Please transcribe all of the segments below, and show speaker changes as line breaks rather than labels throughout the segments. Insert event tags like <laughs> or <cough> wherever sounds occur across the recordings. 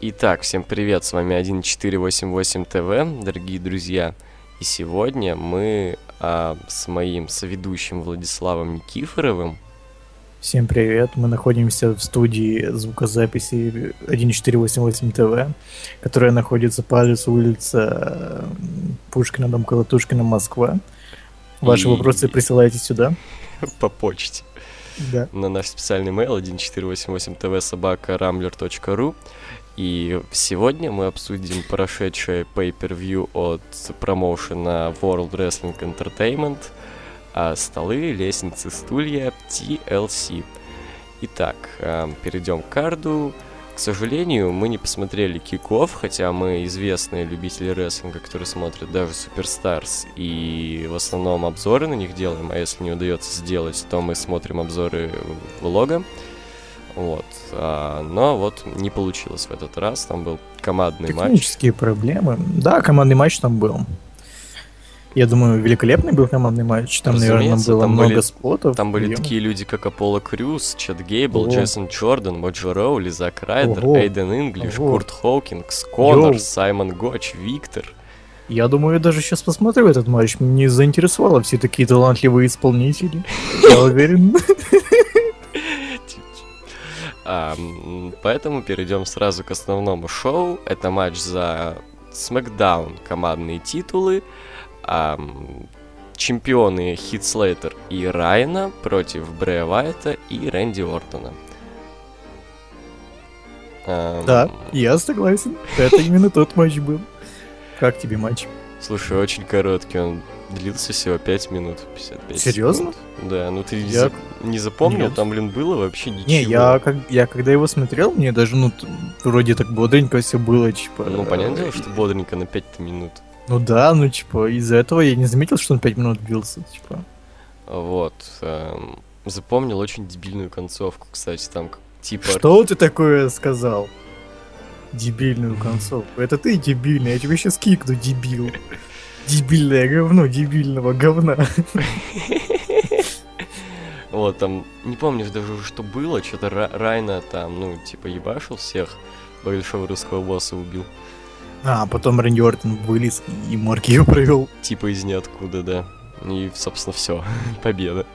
Итак, всем привет, с вами 1488 ТВ, дорогие друзья. И сегодня мы а, с моим соведущим Владиславом Никифоровым. <laughs>
Всем привет, мы находимся в студии звукозаписи 1488 ТВ, которая находится по адресу улица э, Пушкина, дом Колотушкина, Москва. Ваши
И-
вопросы присылайте сюда.
По почте.
Да.
На наш специальный mail 1488tv собака rambler.ru. И сегодня мы обсудим прошедшее pay-per-view от промоушена World Wrestling Entertainment. а, столы, лестницы, стулья, TLC. Итак, эм, перейдем к карду. К сожалению, мы не посмотрели киков, хотя мы известные любители рестлинга, которые смотрят даже Суперстарс, и в основном обзоры на них делаем, а если не удается сделать, то мы смотрим обзоры влога. Вот. а, но вот не получилось в этот раз, там был командный матч.
Технические проблемы. Да, командный матч там был. Я думаю, великолепный был командный матч. Там, наверное,
Разумеется,
было
там
много
были-
спотов.
Там были
Ё-
такие люди, как Аполло Крюс, Чет Гейбл,
Ого.
Джейсон Джордан, Моджо Роули, Зак Райдер,
Ого.
Эйден Инглиш,
Ого.
Курт Хоукингс, Конор,
Йоу.
Саймон Гоч, Виктор.
Я думаю, я даже сейчас посмотрю этот матч. Мне заинтересовало все такие талантливые
<laughs>
исполнители. Я уверен.
А, м, поэтому перейдем сразу к основному шоу. Это матч за Смакдаун командные титулы. Ам, чемпионы Хит Слейтер и Райна против Брэя Вайта и Рэнди Ортона. Ам,
Да, я согласен. Это именно тот матч был. Как тебе матч?
Слушай, очень короткий, он длился всего 5 минут 55
Серьёзно?
секунд. Да, ну ты не
Я-
зап- не запомнил,
Нет.
там, блин, было вообще ничего.
Не, я, как, я когда его смотрел, мне даже, ну, т- вроде так бодренько все было, типа...
Ну, понятное дело,
э,
что бодренько на 5 минут.
Ну да, ну, типа, из-за этого я не заметил, что он 5 минут бился, типа.
Вот. эм, запомнил очень дебильную концовку, кстати, там как- типа...
Что ты такое сказал? Дебильную концовку. Это ты дебильный, я тебя сейчас кикну, дебил. Дебильное говно, дебильного говна.
Вот, там, не помнишь даже, что было, что-то Райна там, ну, типа, ебашил всех, большого русского босса убил.
А, потом Рэнди Ортон вылез и Марк ее провел.
Типа из ниоткуда, да. И, собственно, все. <laughs> Победа.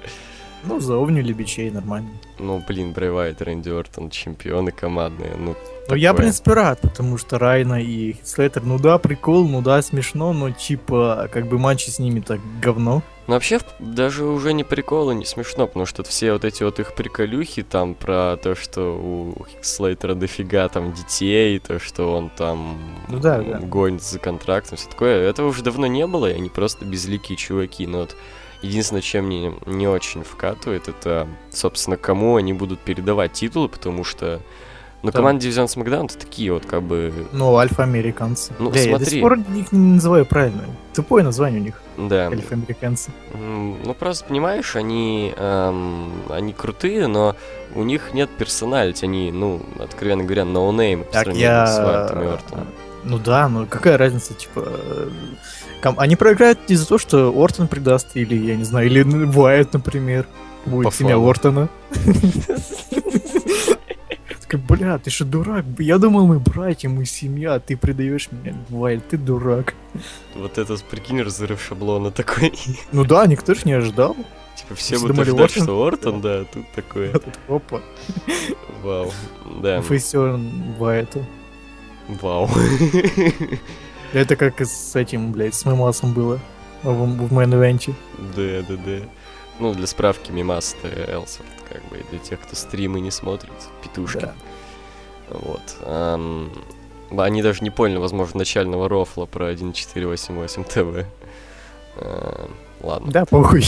Ну, заовнили бичей, нормально.
Ну, блин, Брэй Вайт, Рэнди Ортон, чемпионы командные. Ну,
Ну,
такое.
я, в принципе, рад, потому что Райна и Хитслейтер, ну да, прикол, ну да, смешно, но типа, как бы матчи с ними так говно.
Ну, вообще, в- даже уже не прикол и не смешно, потому что все вот эти вот их приколюхи там про то, что у Слейтера дофига там детей, то, что он там
Ну да,
м,
да.
гонит за контрактом, все такое. Этого уже давно не было, и они просто безликие чуваки. Но вот единственное, чем мне не очень вкатывает, это, собственно, кому они будут передавать титулы, потому что... Ну,
Да.
команда Дивизион Смакдаун это такие вот как бы
Ну, альфа-американцы.
Ну,
Бля, я до
смотри.
сих пор их не называю правильно. Тупое название у них,
Да.
альфа-американцы.
М, Ну просто понимаешь, они эм, они крутые, но у них нет персоналити, они, ну, откровенно говоря, ноунеймы по
Так,
сравнению
я...
с Вайтом и Ортоном.
Ну да, ну какая разница, типа... э, ком- Они проиграют из-за того, что Ортон предаст, или, я не знаю, или ну, Уайт, например, будет
По
семья
фану.
Ортона. Такой, Бля, ты что, дурак? Я думал, мы братья, мы семья, а ты предаешь меня. Уайт, ты дурак.
Вот это, прикинь, разрыв шаблона такой. <laughs>
Ну да, никто же не ожидал.
типа все
Все
будут
думали,
ожидать,
Ортон?
что Ортон, да, а тут такое.
Этот, Опа,
Вау. Да. ну.
фейсерн Уайта.
Вау. <laughs>
Это как и с этим, блядь, с Мемасом было в, в Мэн-Ивенте.
Да, да, да. Ну, для справки, мимас Элсворт, как бы, и для тех, кто стримы не смотрит, петушки.
Да.
Вот. ам, они даже не поняли, возможно, начального рофла про 1488 ТВ. Ам, Э, Ладно.
Да, похуй.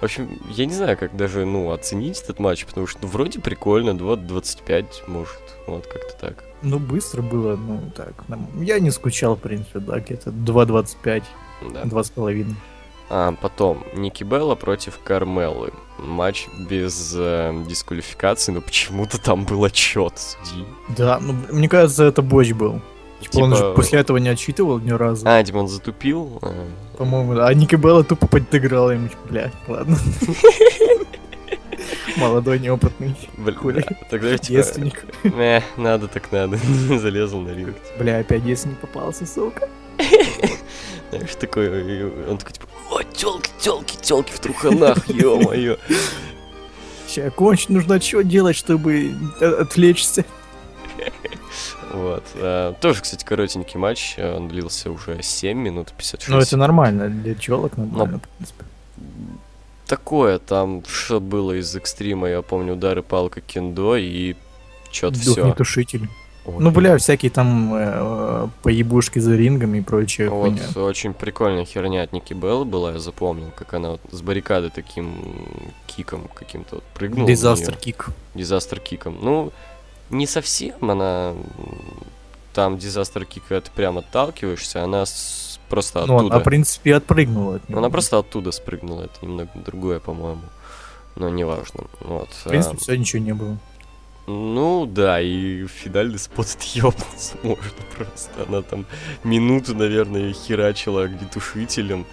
В общем, я не знаю, как даже, ну, оценить этот матч, потому что ну, вроде прикольно, 2-25, может, вот как-то так.
Ну, быстро было, ну, так. нам- Я не скучал, в принципе, да, где-то 2.25,
Да.
2,5.
А, потом, Ники Белла против Кармелы. Матч без э, дисквалификации, но почему-то там был отчет судьи.
Да, ну, б- мне кажется, это боч был. Типа, Он же
Типа-
после этого не отчитывал ни разу.
А, Димон затупил. э,
<laughs> По-моему, да. А Ники Белла тупо подыграла ему, типа, бля, ладно. Молодой, неопытный.
Бля,
Хули.
Тогда я типа,
Девственник.
«Мэ, надо так надо. <laughs> Залезл на ринг.
Бля, опять девственник попался, сука.
Знаешь, такой, и он такой, типа, о, тёлки, тёлки, тёлки в труханах, <laughs> ё-моё.
Ща кончить нужно что делать, чтобы о- отвлечься.
Вот. а, Тоже, кстати, коротенький матч. а, Он длился уже 7 минут 56.
Ну, это нормально, для челок нормально, в принципе.
Такое там, что было из экстрима, я помню, удары палка кендо и чё-то все.
Духнетушитель. Ну, бля, всякие там э, поебушки за рингом и прочее.
Вот,
хуйня.
очень прикольная херня от Ники Белл была, я запомнил, как она вот с баррикады таким киком каким-то вот прыгнула. в неё.
Дизастер кик.
дизастер киком. Ну, не совсем она... м, Там дизастер кика ты прям отталкиваешься, она с- просто
Ну,
оттуда.
она, в принципе, отпрыгнула от него.
Ну, Она просто оттуда спрыгнула, это немного другое, по-моему. Но неважно. Вот.
В принципе,
а,
все, ничего не было.
ну да, и финальный спот <laughs> отъебнуться можно просто. Она там минуту, наверное, херачила огнетушителем.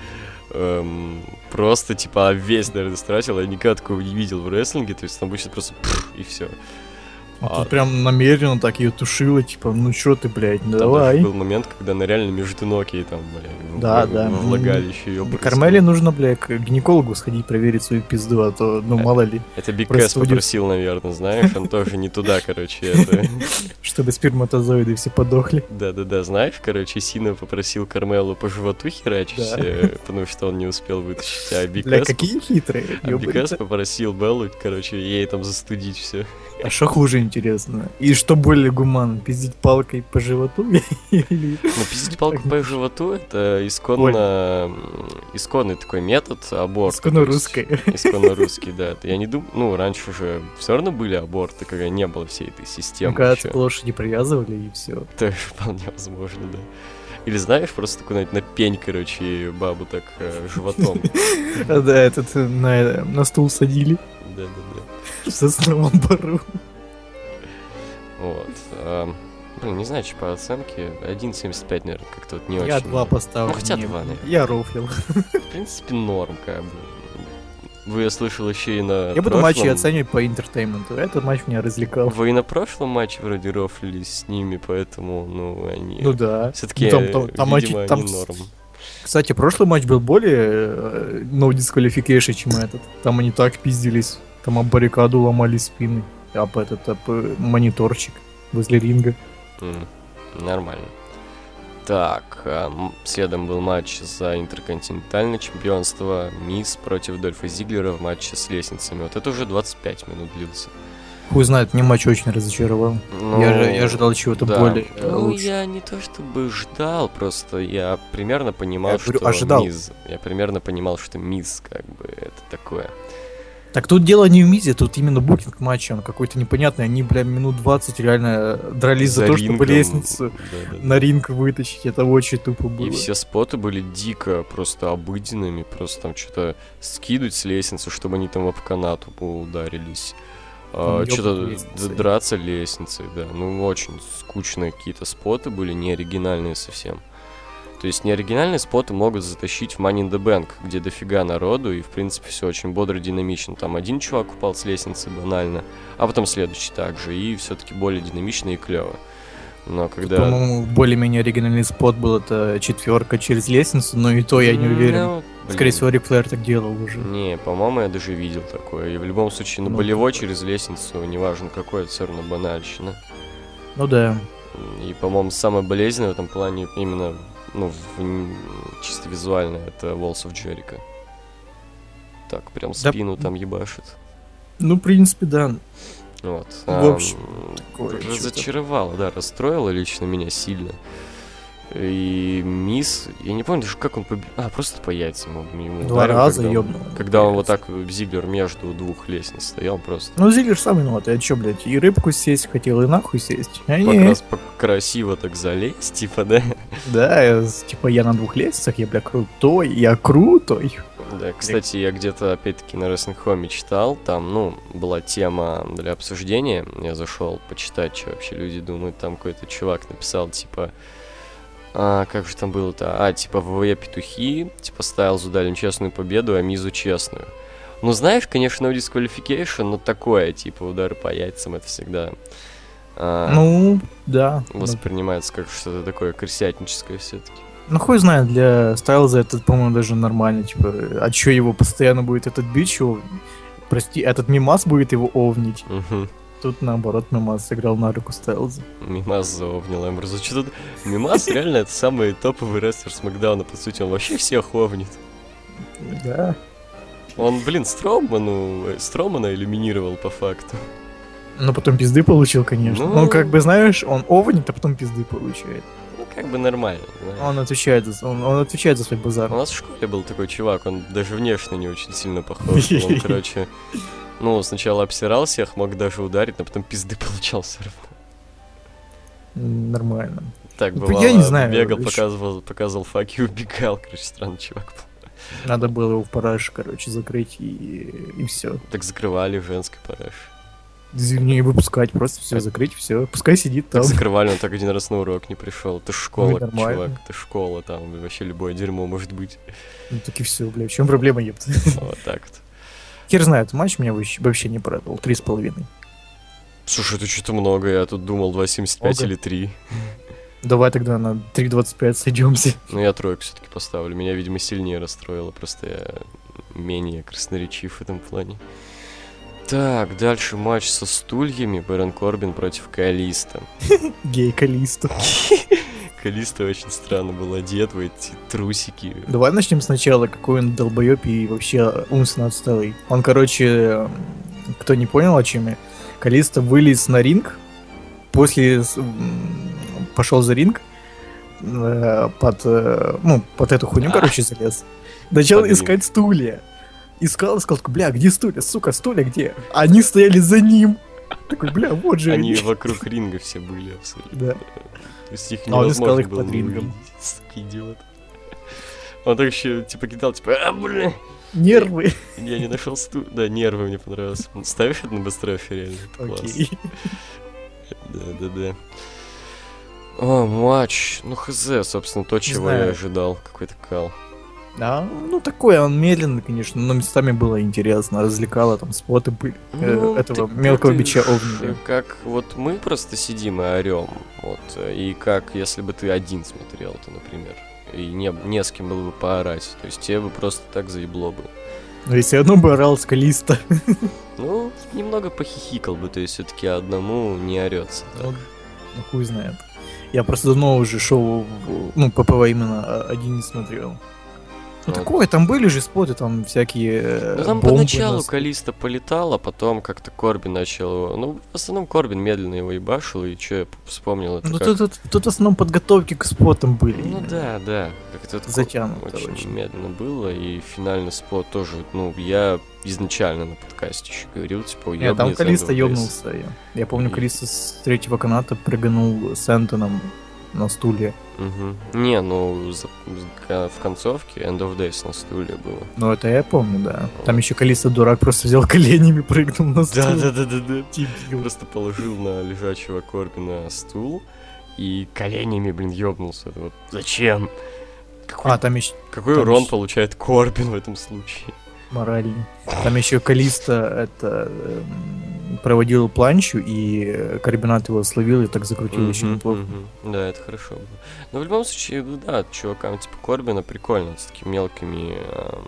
Эм, просто, типа, весь, наверное, стратила. Я никогда такого не видел в рестлинге. То есть там обычно просто пф, и все.
А
А-
тут прям намеренно так ее тушила, типа, ну чё ты, блядь, ну
Там даже
давай.
был момент, когда она реально между ног ей там, блин,
Да,
в,
да.
в влагалище ее
Да Кармеле нужно, бля, к гинекологу сходить проверить свою пизду, а то, ну,
Э.
мало ли,
Это Биг Кэс
простудит.
попросил, наверное, знаешь, он тоже не туда, короче, это.
<laughs> чтобы сперматозоиды все подохли.
Да-да-да, знаешь, короче, Сина попросил Кармелу по животу херачить,
Да.
э, потому что он не успел вытащить, а Биг
Бля,
Кэс-
какие хитрые.
а Биг
ёбарь.
Кэс попросил Беллу, короче, ей там застудить
<laughs>
все.
А что хуже, интересно? И что более гуманно, пиздить палкой по животу? <laughs> Или-
Ну, пиздить палку по животу — это исконно... м, исконный такой метод аборта.
Исконно
то есть-
русское.
Исконно русский, да. Я не думаю, ну, раньше уже все равно были аборты, когда не было всей этой
Ну,
системы.
когда
ещё.
к лошади привязывали, и все.
Это вполне возможно, да. Или знаешь, просто такую знаете, на пень, короче, и бабу так э,
<laughs>
животом.
<laughs> Да, этот э, на, на стул садили <laughs>
Да-да-да.
в сосновом бару.
Вот. эм, Блин, не знаю, что по оценке. 1.75, наверное, как-то вот не очень.
Я два поставил.
Ну, хотя
мне-
два, наверное.
Я рофлил.
В принципе, норм, как бы. Вы, я слышал, еще и на
Я буду
прошлом-
матчи оценивать по интертейменту. Этот матч меня развлекал.
Вы и на прошлом матче вроде рофлили с ними, поэтому, ну, они...
Ну да.
Все-таки,
Ну, там- там- там матчи-
видимо,
там
они
с-
норм.
Кстати, прошлый матч был более э, no disqualification, чем этот. Там они так пиздились. Там об баррикаду ломали спины. Об этот об э, мониторчик возле ринга.
М, Нормально. Так, а, м, следом был матч за интерконтинентальное чемпионство Мисс против Дольфа Зиглера в матче с лестницами. Вот это уже 25 минут длился.
Хуй знает, мне матч очень разочаровал.
Ну,
Я, же- я ожидал чего-то
да.
более э,
Ну,
лучше.
я не то чтобы ждал, просто я примерно понимал,
Я говорю,
что
ожидал.
Мисс. Я примерно понимал, что Мисс, как бы, это такое.
Так тут дело не в мизе, тут именно букинг матча, он какой-то непонятный. Они, бля, минут 20 реально дрались за, то, чтобы
рингом.
лестницу
Да-да-да.
на ринг вытащить. Это очень тупо было.
И все споты были дико просто обыденными, просто там что-то скидывать с лестницы, чтобы они там об канату ударились.
Там ёбнуть
что-то
лестницей.
драться лестницей, да. Ну, очень скучные какие-то споты были, не оригинальные совсем. То есть неоригинальные споты могут затащить в Money in the Bank, где дофига народу, и, в принципе, все очень бодро динамично. Там один чувак упал с лестницы банально, а потом следующий также, и все-таки более динамично и клево. Но
Тут,
когда...
По-моему, более-менее оригинальный спот был, это четверка через лестницу, но и то я не
Ну,
уверен. Скорее
блин.
всего, Рик Флэр так делал уже.
Не, по-моему, я даже видел такое. И в любом случае, на
Ну,
болевой
такое.
через лестницу, неважно какой, это все равно банальщина.
Ну да.
И, по-моему, самое болезненное в этом плане именно, ну, в- м, чисто визуально, это Walls of Jericho. Так, прям
Да.
спину там ебашит.
Ну, в принципе, да.
Вот.
В
Ам,
общем, такое чудо.
разочаровало, да, расстроило лично меня сильно. И мисс, я не помню даже, как он победил. А, просто по яйцам он ему
Два
ударил,
раза
когда он-
ёбнул.
Когда он вот так, Зиглер, между двух лестниц стоял просто.
Ну, Зиллер сам виноват, а чё, блядь, и рыбку сесть хотел, и нахуй сесть. А
Как
не,
раз красиво так залезть, типа, да?
Да, э, с- типа я на двух лестницах, я, бля, крутой, я крутой.
Да, кстати, я где-то опять-таки на Wrestling Home читал, там, ну, была тема для обсуждения, я зашел почитать, что вообще люди думают, там какой-то чувак написал, типа, а, как же там было-то, а, типа, ВВЕ петухи, типа, Стайлзу дали честную победу, а Мизу честную. Ну, знаешь, конечно, у дисквалификейшн, но такое, типа, удары по яйцам, это всегда... а,
Ну, да.
Воспринимается как что-то такое крысятническое все-таки.
Ну, хуй знает, для Стайлза это, по-моему, даже нормально. Типа, а чё его постоянно будет этот бич его... Прости, этот мимас будет его овнить. Тут, наоборот, мимас сыграл на руку Стайлза.
Мимас заовнил Эмброза. Что тут... Мимас
<laughs>
реально это самый топовый рестлер с Макдауна, по сути, он вообще всех овнит.
Да.
Он, блин, Строману... э, Стромана элиминировал по факту.
Но Ну, потом пизды получил, конечно.
Ну.
Ну, как бы, знаешь, он овнит, а потом пизды получает.
Ну, как бы нормально. знаешь.
Он отвечает за, он, он отвечает за свой базар.
У нас в школе был такой чувак, он даже внешне не очень сильно похож. но
<laughs>
Он, короче, ну, сначала обсирал всех, мог даже ударить, но потом пизды получал все равно.
М, Нормально.
Так
Ну,
бывало.
я не знаю,
Бегал,
ещё-
показывал, показывал факи, <laughs> убегал. Короче, странный чувак был.
Надо было его в параж, короче, закрыть и, и все.
Так закрывали в женской параш.
Не выпускать, просто все закрыть, все. Пускай сидит там.
Так закрывали, он так один раз на урок не пришел. Ты ж
Ну
школа,
и нормально.
чувак, ты ж школа, там вообще любое дерьмо может
<laughs>
быть.
Ну, так и все, бля. В чем проблема, епта?
Вот так вот.
Хер знает, матч меня вообще, вообще не порадовал. Три с половиной.
Слушай, это что-то много, я тут думал 2,75
Много?
или 3.
Давай тогда на 3.25 сойдемся. <laughs>
Ну, я тройку все-таки поставлю. Меня, видимо, сильнее расстроило. Просто я менее красноречив в этом плане. Так, дальше матч со стульями. Бэрон Корбин против Калиста.
Гей Калиста.
Калиста очень странно был одет в эти трусики.
Давай начнем сначала, какой он долбоеб и вообще умственно отсталый. Он, короче, м, кто не понял, о чем я, Калиста вылез на ринг, после пошел за ринг, э, под, э, ну, под эту хуйню,
А.
короче, залез. Начал
Под ринг.
искать стулья. Искал, искал, такой, бля, где стулья, сука, стулья где? Они стояли за ним. Такой, бля, вот же
Они
они.
вокруг ринга все были абсолютно.
Да.
То есть их
А он искал
невозможно
их
было
под
не
рингом.
увидеть. Сука, <laughs> идиот. Он так еще, типа, кидал, типа, а, блин,
Нервы.
я не нашел стул. Да, нервы мне понравилось. Ставишь это на быстрее, реально? это класс.
Окей.
Да, да, да. О, матч. Ну, хз, собственно, то, чего я
знаю.
ожидал. Какой-то кал.
Да, ну такое, он медленный, конечно, но местами было интересно, развлекало, там споты были, э,
Ну,
этого
ты-
мелкого
ты
бича
ж,
Овнина.
э, Как вот мы просто сидим и орем. Вот. э, И как если бы ты один смотрел это, например. И не, не с кем было бы поорать. То есть тебе бы просто так заебло бы.
Но если одно бы орал скалиста.
Ну, немного похихикал бы, то есть все-таки одному не орется.
Ну, ну, хуй знает. Я просто давно уже шоу, в- ну, ППВ именно а, один не смотрел. Ну
Вот.
такое, там были же споты, там всякие э,
Ну, там
бомбы
поначалу
нас-
Калиста полетал, а потом как-то Корбин начал его... Ну, в основном Корбин медленно его ебашил, и что я п- вспомнил это
Ну
как...
тут, тут, тут в основном подготовки к спотам были.
Ну
именно.
да, да. Как это
Затянуто
очень,
очень.
медленно было, и финальный спот тоже, ну, я изначально на подкасте еще говорил, типа,
Не, там
ёбнет
Калиста
Эндл Грейс.
ёбнулся. Я, я помню,
И-
Калиста с третьего каната прыганул с Энтоном на стуле.
Мгм. Не, ну, за- за- в концовке End of Days на стуле было.
Ну, это я помню, да. Там еще Калиста дурак просто взял <laughs> коленями, прыгнул на стул.
да, да, да.
Дебил.
Просто положил на лежачего Корбина стул и коленями, блин, ёбнулся. Вот зачем? Какой,
А, там еще
какой
там
урон
ещё-
получает Корбин в этом случае?
моральный. Там еще Калиста это эм, проводил планчу, и э, Карбинат его словил и так закрутил еще
Мгм,
неплохо.
мгм. Да, это хорошо было. Но в любом случае, ну да, чувакам типа Корбина прикольно с такими мелкими эм,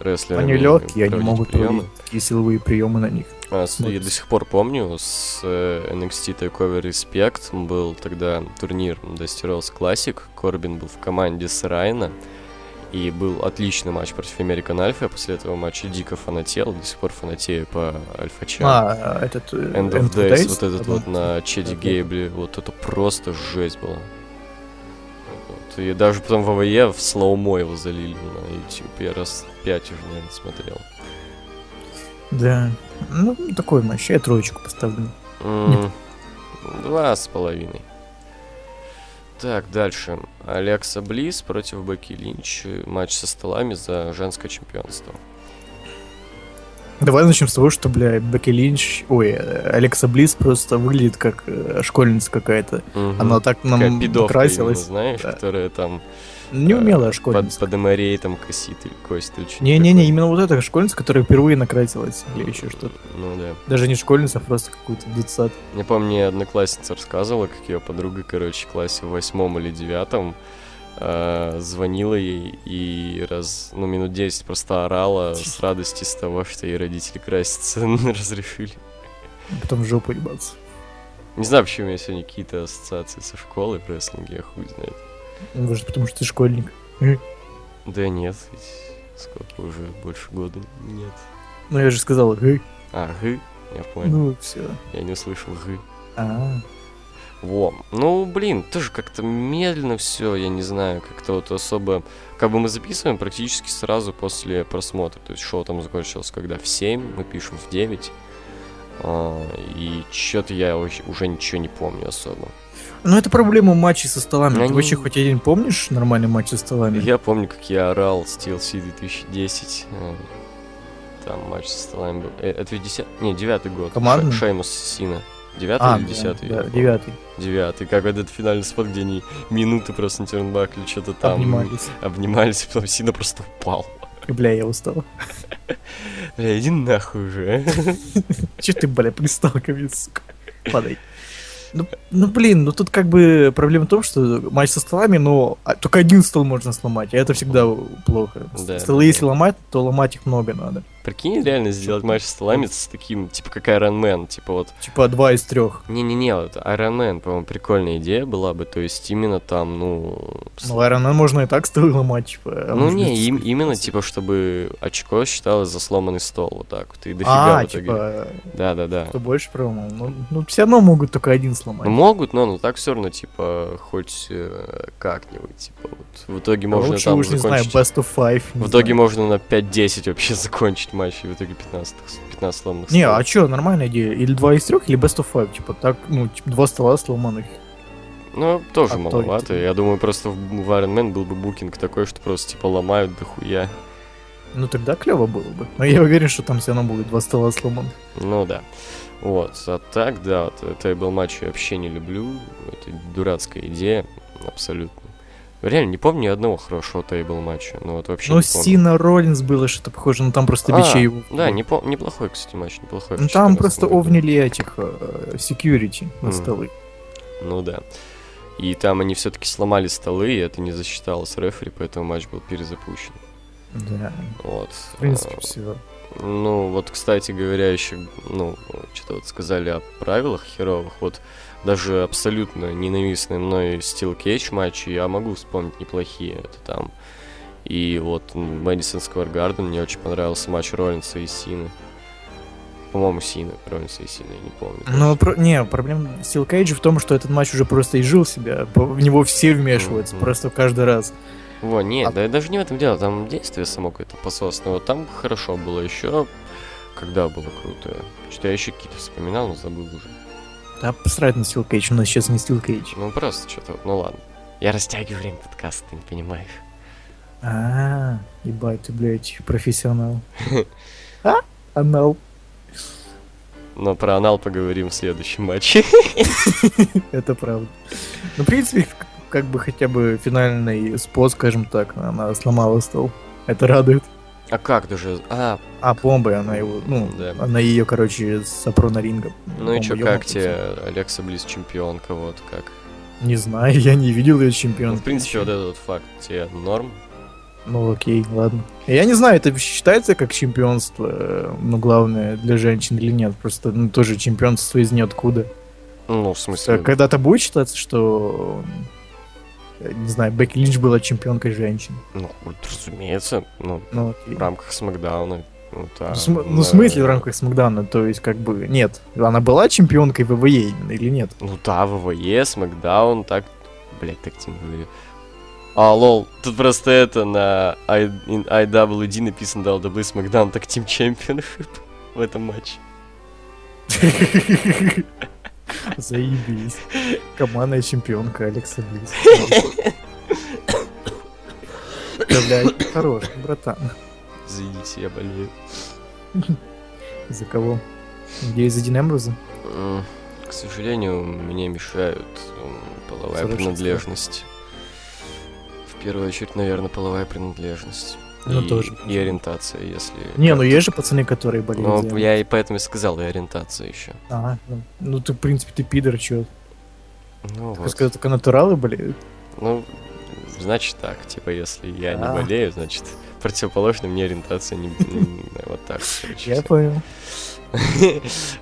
рестлерами.
Они легкие, они
проводить
могут
приёмы.
проводить такие силовые приемы на них.
А, с- я
Смотрится.
до сих пор помню, с э, NXT Takeover Respect был тогда турнир Dusty Rhodes Classic, Корбин был в команде с Райна, и был отличный матч против American Alpha, я после этого матча дико фанател, до сих пор фанатею по Альфа Ча.
А, этот... э,
End
End
of
of
Days,
Days,
вот этот
потом-
вот на Чеди
Да-да.
Гейбле, вот это просто жесть была. Вот, И даже потом в АВЕ в слоумо его залили на YouTube, я раз пять уже, наверное, смотрел.
Да. Ну, такой матч. Я троечку поставлю.
М, Два с половиной. Так, дальше. Алекса Близ против Бекки Линч. Матч со столами за женское чемпионство.
Давай начнем с того, что, бля, Бекки Линч, ой, Алекса Близ просто выглядит как э, школьница какая-то.
Мгм.
Она так
Такая
нам
пидовка
накрасилась.
именно, знаешь,
Да.
которая там
Не умелая
под,
школьница.
Э, под эморией там косит или косит или что-то
Не-не-не,
такое.
именно вот эта школьница, которая впервые накрасилась или еще что-то.
Ну да.
Даже не школьница, а просто какой-то детсад.
Я помню, мне одноклассница рассказывала, как ее подруга, короче, в классе в восьмом или девятом э, звонила ей и раз, ну, минут 10 просто орала с радости с того, что ей родители краситься <laughs> разрешили.
а Потом в жопу ебаться.
Не знаю, почему у меня сегодня какие-то ассоциации со школой в рестлинге, я хуй знает.
Ну, Может, потому что ты школьник.
Да нет, ведь сколько уже, больше года нет.
Ну, я же сказал, «Гы».
А, гы, я понял,
ну, А. все.
я не услышал гы. Во. Ну, блин, тоже как-то медленно все, я не знаю, как-то вот особо... Как бы мы записываем практически сразу после просмотра. То есть шоу там закончилось когда в 7, мы пишем в 9. А, и что-то я вообще- уже ничего не помню особо.
Ну, это проблема матчей со столами.
Они-
Ты вообще хоть один помнишь нормальный матч со столами?
Ну, Я помню, как я орал с TLC 2010. э, Там матч со столами был. Э, Это ведь 10... Не, девятый год. Ше-
Командный?
Шеймус Сина. Девятый
А,
или
да,
десятый? я
да,
не помню.
девятый.
Девятый. Как вот этот финальный спот, где они минуты просто на тернбакле что-то там...
Обнимались.
обнимались, а потом Сина просто упал.
Бля, я устал.
Бля, иди нахуй уже. а.
Че ты, бля, пристал ко мне, сука? Падай. Ну, ну, блин, ну тут как бы проблема в том, что матч со столами, но а, только один стол можно сломать, а это всегда плохо. С-
Да,
Столы,
да,
если
да.
ломать, то ломать их много надо.
Прикинь, реально сделать матч с столами с таким, типа как Iron Man, типа вот.
Типа два из трех.
Не-не-не, вот Iron Man, по-моему, прикольная идея была бы, то есть именно там, ну... с-
Ну, Iron Man можно и так столы ломать, типа. а
ну
можно
не,
и-
им, именно типа, чтобы очко считалось за сломанный стол, вот так вот, и дофига
А,
в итоге.
типа,
Да-да-да.
кто больше проломал. Ну, все равно могут только один сломать.
Ну, могут, но ну, так все равно, типа, хоть э, как-нибудь, типа, вот. В итоге
А
можно
Лучше
там
уж, не знаю,
закончить
best of five. не
В итоге
знаю.
можно на 5-10 вообще <laughs> закончить матч, и в итоге 15, 15 сломанных
Не, а
столов.
чё, нормальная идея. Или два из трех, или best of five. Типа так, ну, типа два стола сломанных.
Ну, тоже
а то
маловато.
это-
Я думаю, просто в в Iron Man был бы букинг такой, что просто типа ломают дохуя.
Ну тогда клево было бы. Но я уверен, что там все равно будет два стола сломанных.
Ну да. Вот, а так, да, вот, тейбл матч я вообще не люблю. Это дурацкая идея, абсолютно. Реально, не помню ни одного хорошего тейбл матча. Ну вот вообще
Ну,
не помню.
Сина Роллинс было что-то похоже, но там просто
А,
бичей его.
Да, непо- неплохой, кстати, матч, неплохой. в
Ну там
14
просто
году.
овнили этих э, security на
Мгм.
столы.
Ну да. И там они все-таки сломали столы, и это не засчиталось рефери, поэтому матч был перезапущен.
Да,
Вот.
в принципе,
А,
все.
Ну, вот, кстати говоря, еще, ну, что-то вот сказали о правилах херовых. Вот даже абсолютно ненавистный мной Steel Cage матчи я могу вспомнить неплохие. Это там и вот м, Madison Square Garden мне очень понравился матч Роллинса и Сины. По-моему, Сины, Роллинса и Сины, я не помню.
Но Ну, про- не, проблема Steel Cage в том, что этот матч уже просто изжил себя. а по- В него все вмешиваются,
Мгм.
просто каждый раз.
Во, не,
А-
да даже не в этом дело, там действие само какое-то пососное. Вот там хорошо было еще, когда было круто. Что-то я еще какие-то вспоминал, но забыл уже.
Да, посрать на Steel Cage, у нас сейчас не Steel Cage.
Ну просто что-то, ну ладно. Я растягиваю время подкаста, ты не понимаешь.
А, ебать ты, блядь,
<laughs>
профессионал. А? Анал.
Но про анал поговорим в следующем матче. <laughs>
Это правда. Ну, в принципе, к- как бы хотя бы финальный спот, скажем так, она сломала стол. Это радует.
А как даже? А,
А бомбой она его, ну,
Да.
она ее, короче, с на ринга.
ну и
бомбой
чё,
ёбнула,
как тебе Алекса Близ чемпионка, вот как?
всё. Не знаю, я не видел ее
Ну,
чемпион.
в принципе, вот этот вот факт тебе норм?
Ну, окей, ладно. Я не знаю, это считается как чемпионство, э, ну, главное, для женщин или нет. Просто, ну, тоже чемпионство из ниоткуда.
Ну, в
Э,
смысле...
Когда-то будет считаться, что, э, не знаю, Бекки Линч была чемпионкой женщин.
Ну, вот, разумеется, ну,
Ну, окей.
в рамках Смакдауна. Ну, та-
Ну, см- ну,
на-
в смысле в рамках Смакдауна? То есть, как бы, нет. Она была чемпионкой ВВЕ именно или нет?
Ну да, ВВЕ, Смакдаун, так... Блять, так тем говорю. А, лол, тут просто это на I- in IWD написано WWE SmackDown Tag Team Championship <laughs> в этом матче.
Заебись. Командная чемпионка Алекса Близ. <laughs> Да, блядь, хорош, братан.
Извините, я болею.
За кого? Надеюсь, за Дин Эмброза?
М, К сожалению, мне мешают м, половая
Совершенно
принадлежность. В первую очередь, наверное, половая приназнанность.
Ну,
и,
тоже,
И
пожалуй.
ориентация, если...
Не, ну
как-то.
есть же пацаны, которые болеют
Ну,
за
я и поэтому и сказал, и ориентация еще.
Ага, ну, ну ты, в принципе, ты пидор, чё?
Ну,
Ты
вот.
сказал, только натуралы болеют?
Ну, значит так, типа, если я не
А.
болею, значит, противоположно мне ориентация не... не- Вот так, короче.
Я
всё.
понял.
<laughs>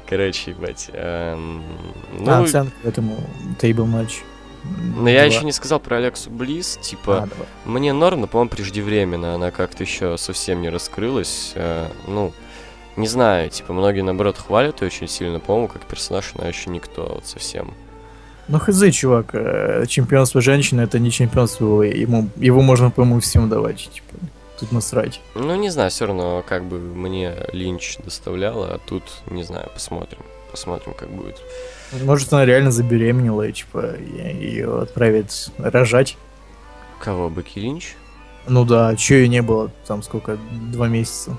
Короче, ебать. эм,
а,
Ну,
оценка этому тейбл матч.
но я еще не сказал про Алексу Близ, типа...
А, давай.
Мне норм, но, по-моему, преждевременно. Она как-то еще совсем не раскрылась. Э, ну, не знаю, типа, многие, наоборот, хвалят ее очень сильно. По-моему, как персонаж она еще никто вот совсем.
Ну, хз, чувак, э, чемпионство женщины это не чемпионство, его- ему, его можно, по-моему, всем давать, типа, тут насрать.
Ну, не знаю, все равно, как бы мне Линч доставляла, а тут, не знаю, посмотрим. Посмотрим, как будет.
Может, она реально забеременела, и, типа, ее отправят рожать.
Кого, Бекки Линч?
Ну да, чё и не было, там, сколько, два месяца.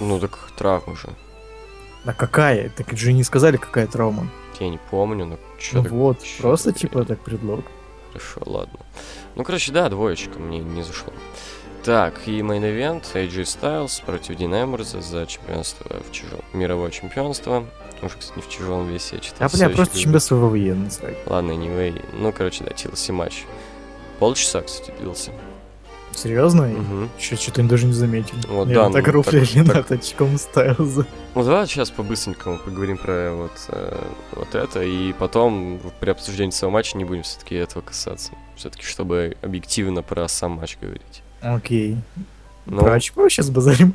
Ну, так травма же.
А какая? Так же не сказали, какая травма.
Я не помню, но
Ну
что
вот, просто, типа, так предлог.
Хорошо, ладно. Ну, короче, да, двоечка мне не зашло. Так, и мейн ивент AJ Styles против Дина Эмберза за чемпионство в тяжел- мировое чемпионство. Уже, кстати, не в тяжелом весе, я читал.
А, бля,
всё
просто
ещё
чемпионство ВВЕ называют.
люблю. Ладно, anyway. Ну, короче, да, TLC матч. Полчаса, кстати, длился.
Серьезно?
Мгм.
Еще что-то даже не заметил.
Вот,
Я
да,
так
ну,
руфля
так-
Ренат очком ставил.
Ну, давай сейчас по-быстренькому поговорим про вот, э, вот это, и потом при обсуждении самого матча не будем все-таки этого касаться. Все-таки, чтобы объективно про сам матч говорить.
Окей.
Ну,
Про очко сейчас базарим.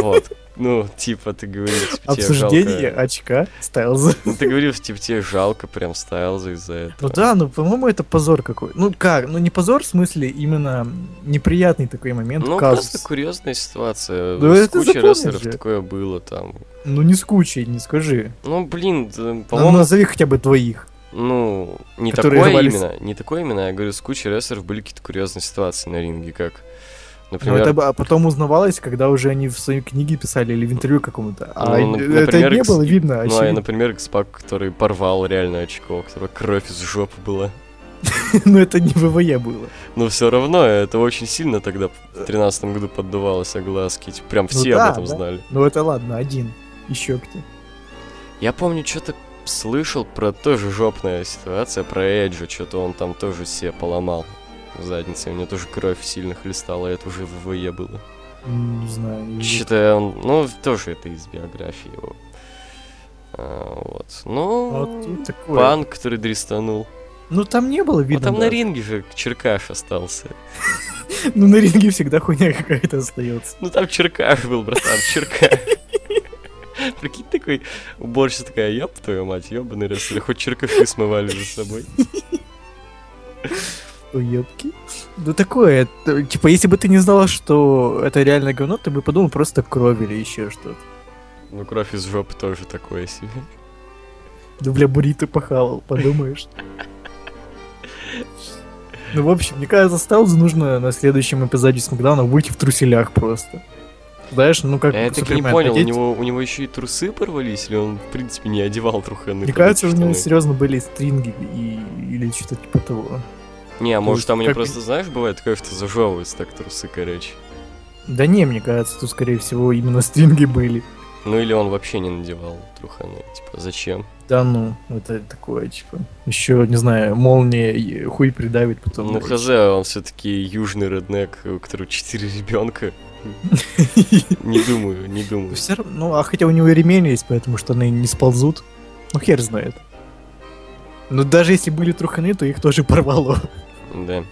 Вот. Ну, типа, ты говоришь, типа, тебе
Обсуждение
жалко.
очка Стайлза.
Ну, ты говорил, что, типа, тебе жалко прям Стайлза из-за этого.
Ну да, ну по-моему это позор какой. Ну как, ну не позор в смысле именно неприятный такой момент,
Ну,
казус.
просто курьезная ситуация.
Ну,
С
это ты
кучей
запомнишь
рестлеров
же.
такое было там.
Ну не скучай, не скажи.
Ну, блин, да,
Ну,
по-моему,
назови хотя бы двоих.
ну, не
которые
такое
рвались.
именно. Не такое именно, я говорю, с кучей рестлеров были какие-то курьезные ситуации на ринге, как,
Ну, это
например...
бы- а потом узнавалось, когда уже они в своей книге писали или в интервью какому-то. А
ну, на-
э, это
например,
не
Икс-
было видно,
Ну, а,
очевидно.
например, Экспак, который порвал реально очко, у которого кровь из жопы была.
<laughs> Но это не ВВЕ было.
Но все равно это очень сильно тогда в тринадцатом году поддувалось огласки. Типа, Прям все
да,
об этом
да.
знали.
Ну это ладно, один. Еще кто.
Я помню, что-то слышал про тоже жопная ситуация, про Эджа, что-то он там тоже себе поломал в заднице, у него тоже кровь сильно хлестала, и это уже в ВВЕ было.
М, Не знаю. не видел.
Что-то он, ну, тоже это из биографии его. А, вот.
Вот
Ну,
и такое.
пан, который дристанул.
Ну там не было
Ну,
видно.
там на
даже.
ринге же Черкаш остался.
Ну на ринге всегда хуйня какая-то остается.
Ну, там Черкаш был, братан, Черкаш. Прикинь, такой уборщица такая, ёб твою мать, ёбаный рестлер, хоть черкаши смывали за собой.
Уебки. Ну такое, это, типа, если бы ты не знала, что это реально говно, ты бы подумал просто кровь или еще что-то.
Ну, кровь из жопы тоже такое себе.
Да Ну, бля, буррито похавал, подумаешь. Ну, в общем, мне кажется, Стайлзу нужно на следующем эпизоде Смакдауна выйти в труселях просто. Знаешь, ну как
Я так и не
Супермен
понял, у
одеть.
него, у него еще и трусы порвались, или он, в принципе, не одевал труханы?
Мне кажется, у него серьезно были стринги и, или что-то типа того.
Не, а может,
есть
там у него
как-
просто, знаешь, бывает такое, что зажевываются так трусы, короче.
Да не, мне кажется, тут, скорее всего, именно стринги были.
Ну, или он вообще не надевал труханы, типа, зачем?
Да ну, это такое, типа. Еще, не знаю, молния и хуй придавит потом.
Ну, хз, он все-таки южный реднек, у которого четыре
<laughs>
ребенка. Не думаю, не думаю.
Все равно, ну, а хотя у него и ремень есть, поэтому штаны не сползут. Ну, хер знает. Но даже если были труханы, то их тоже порвало.
Да.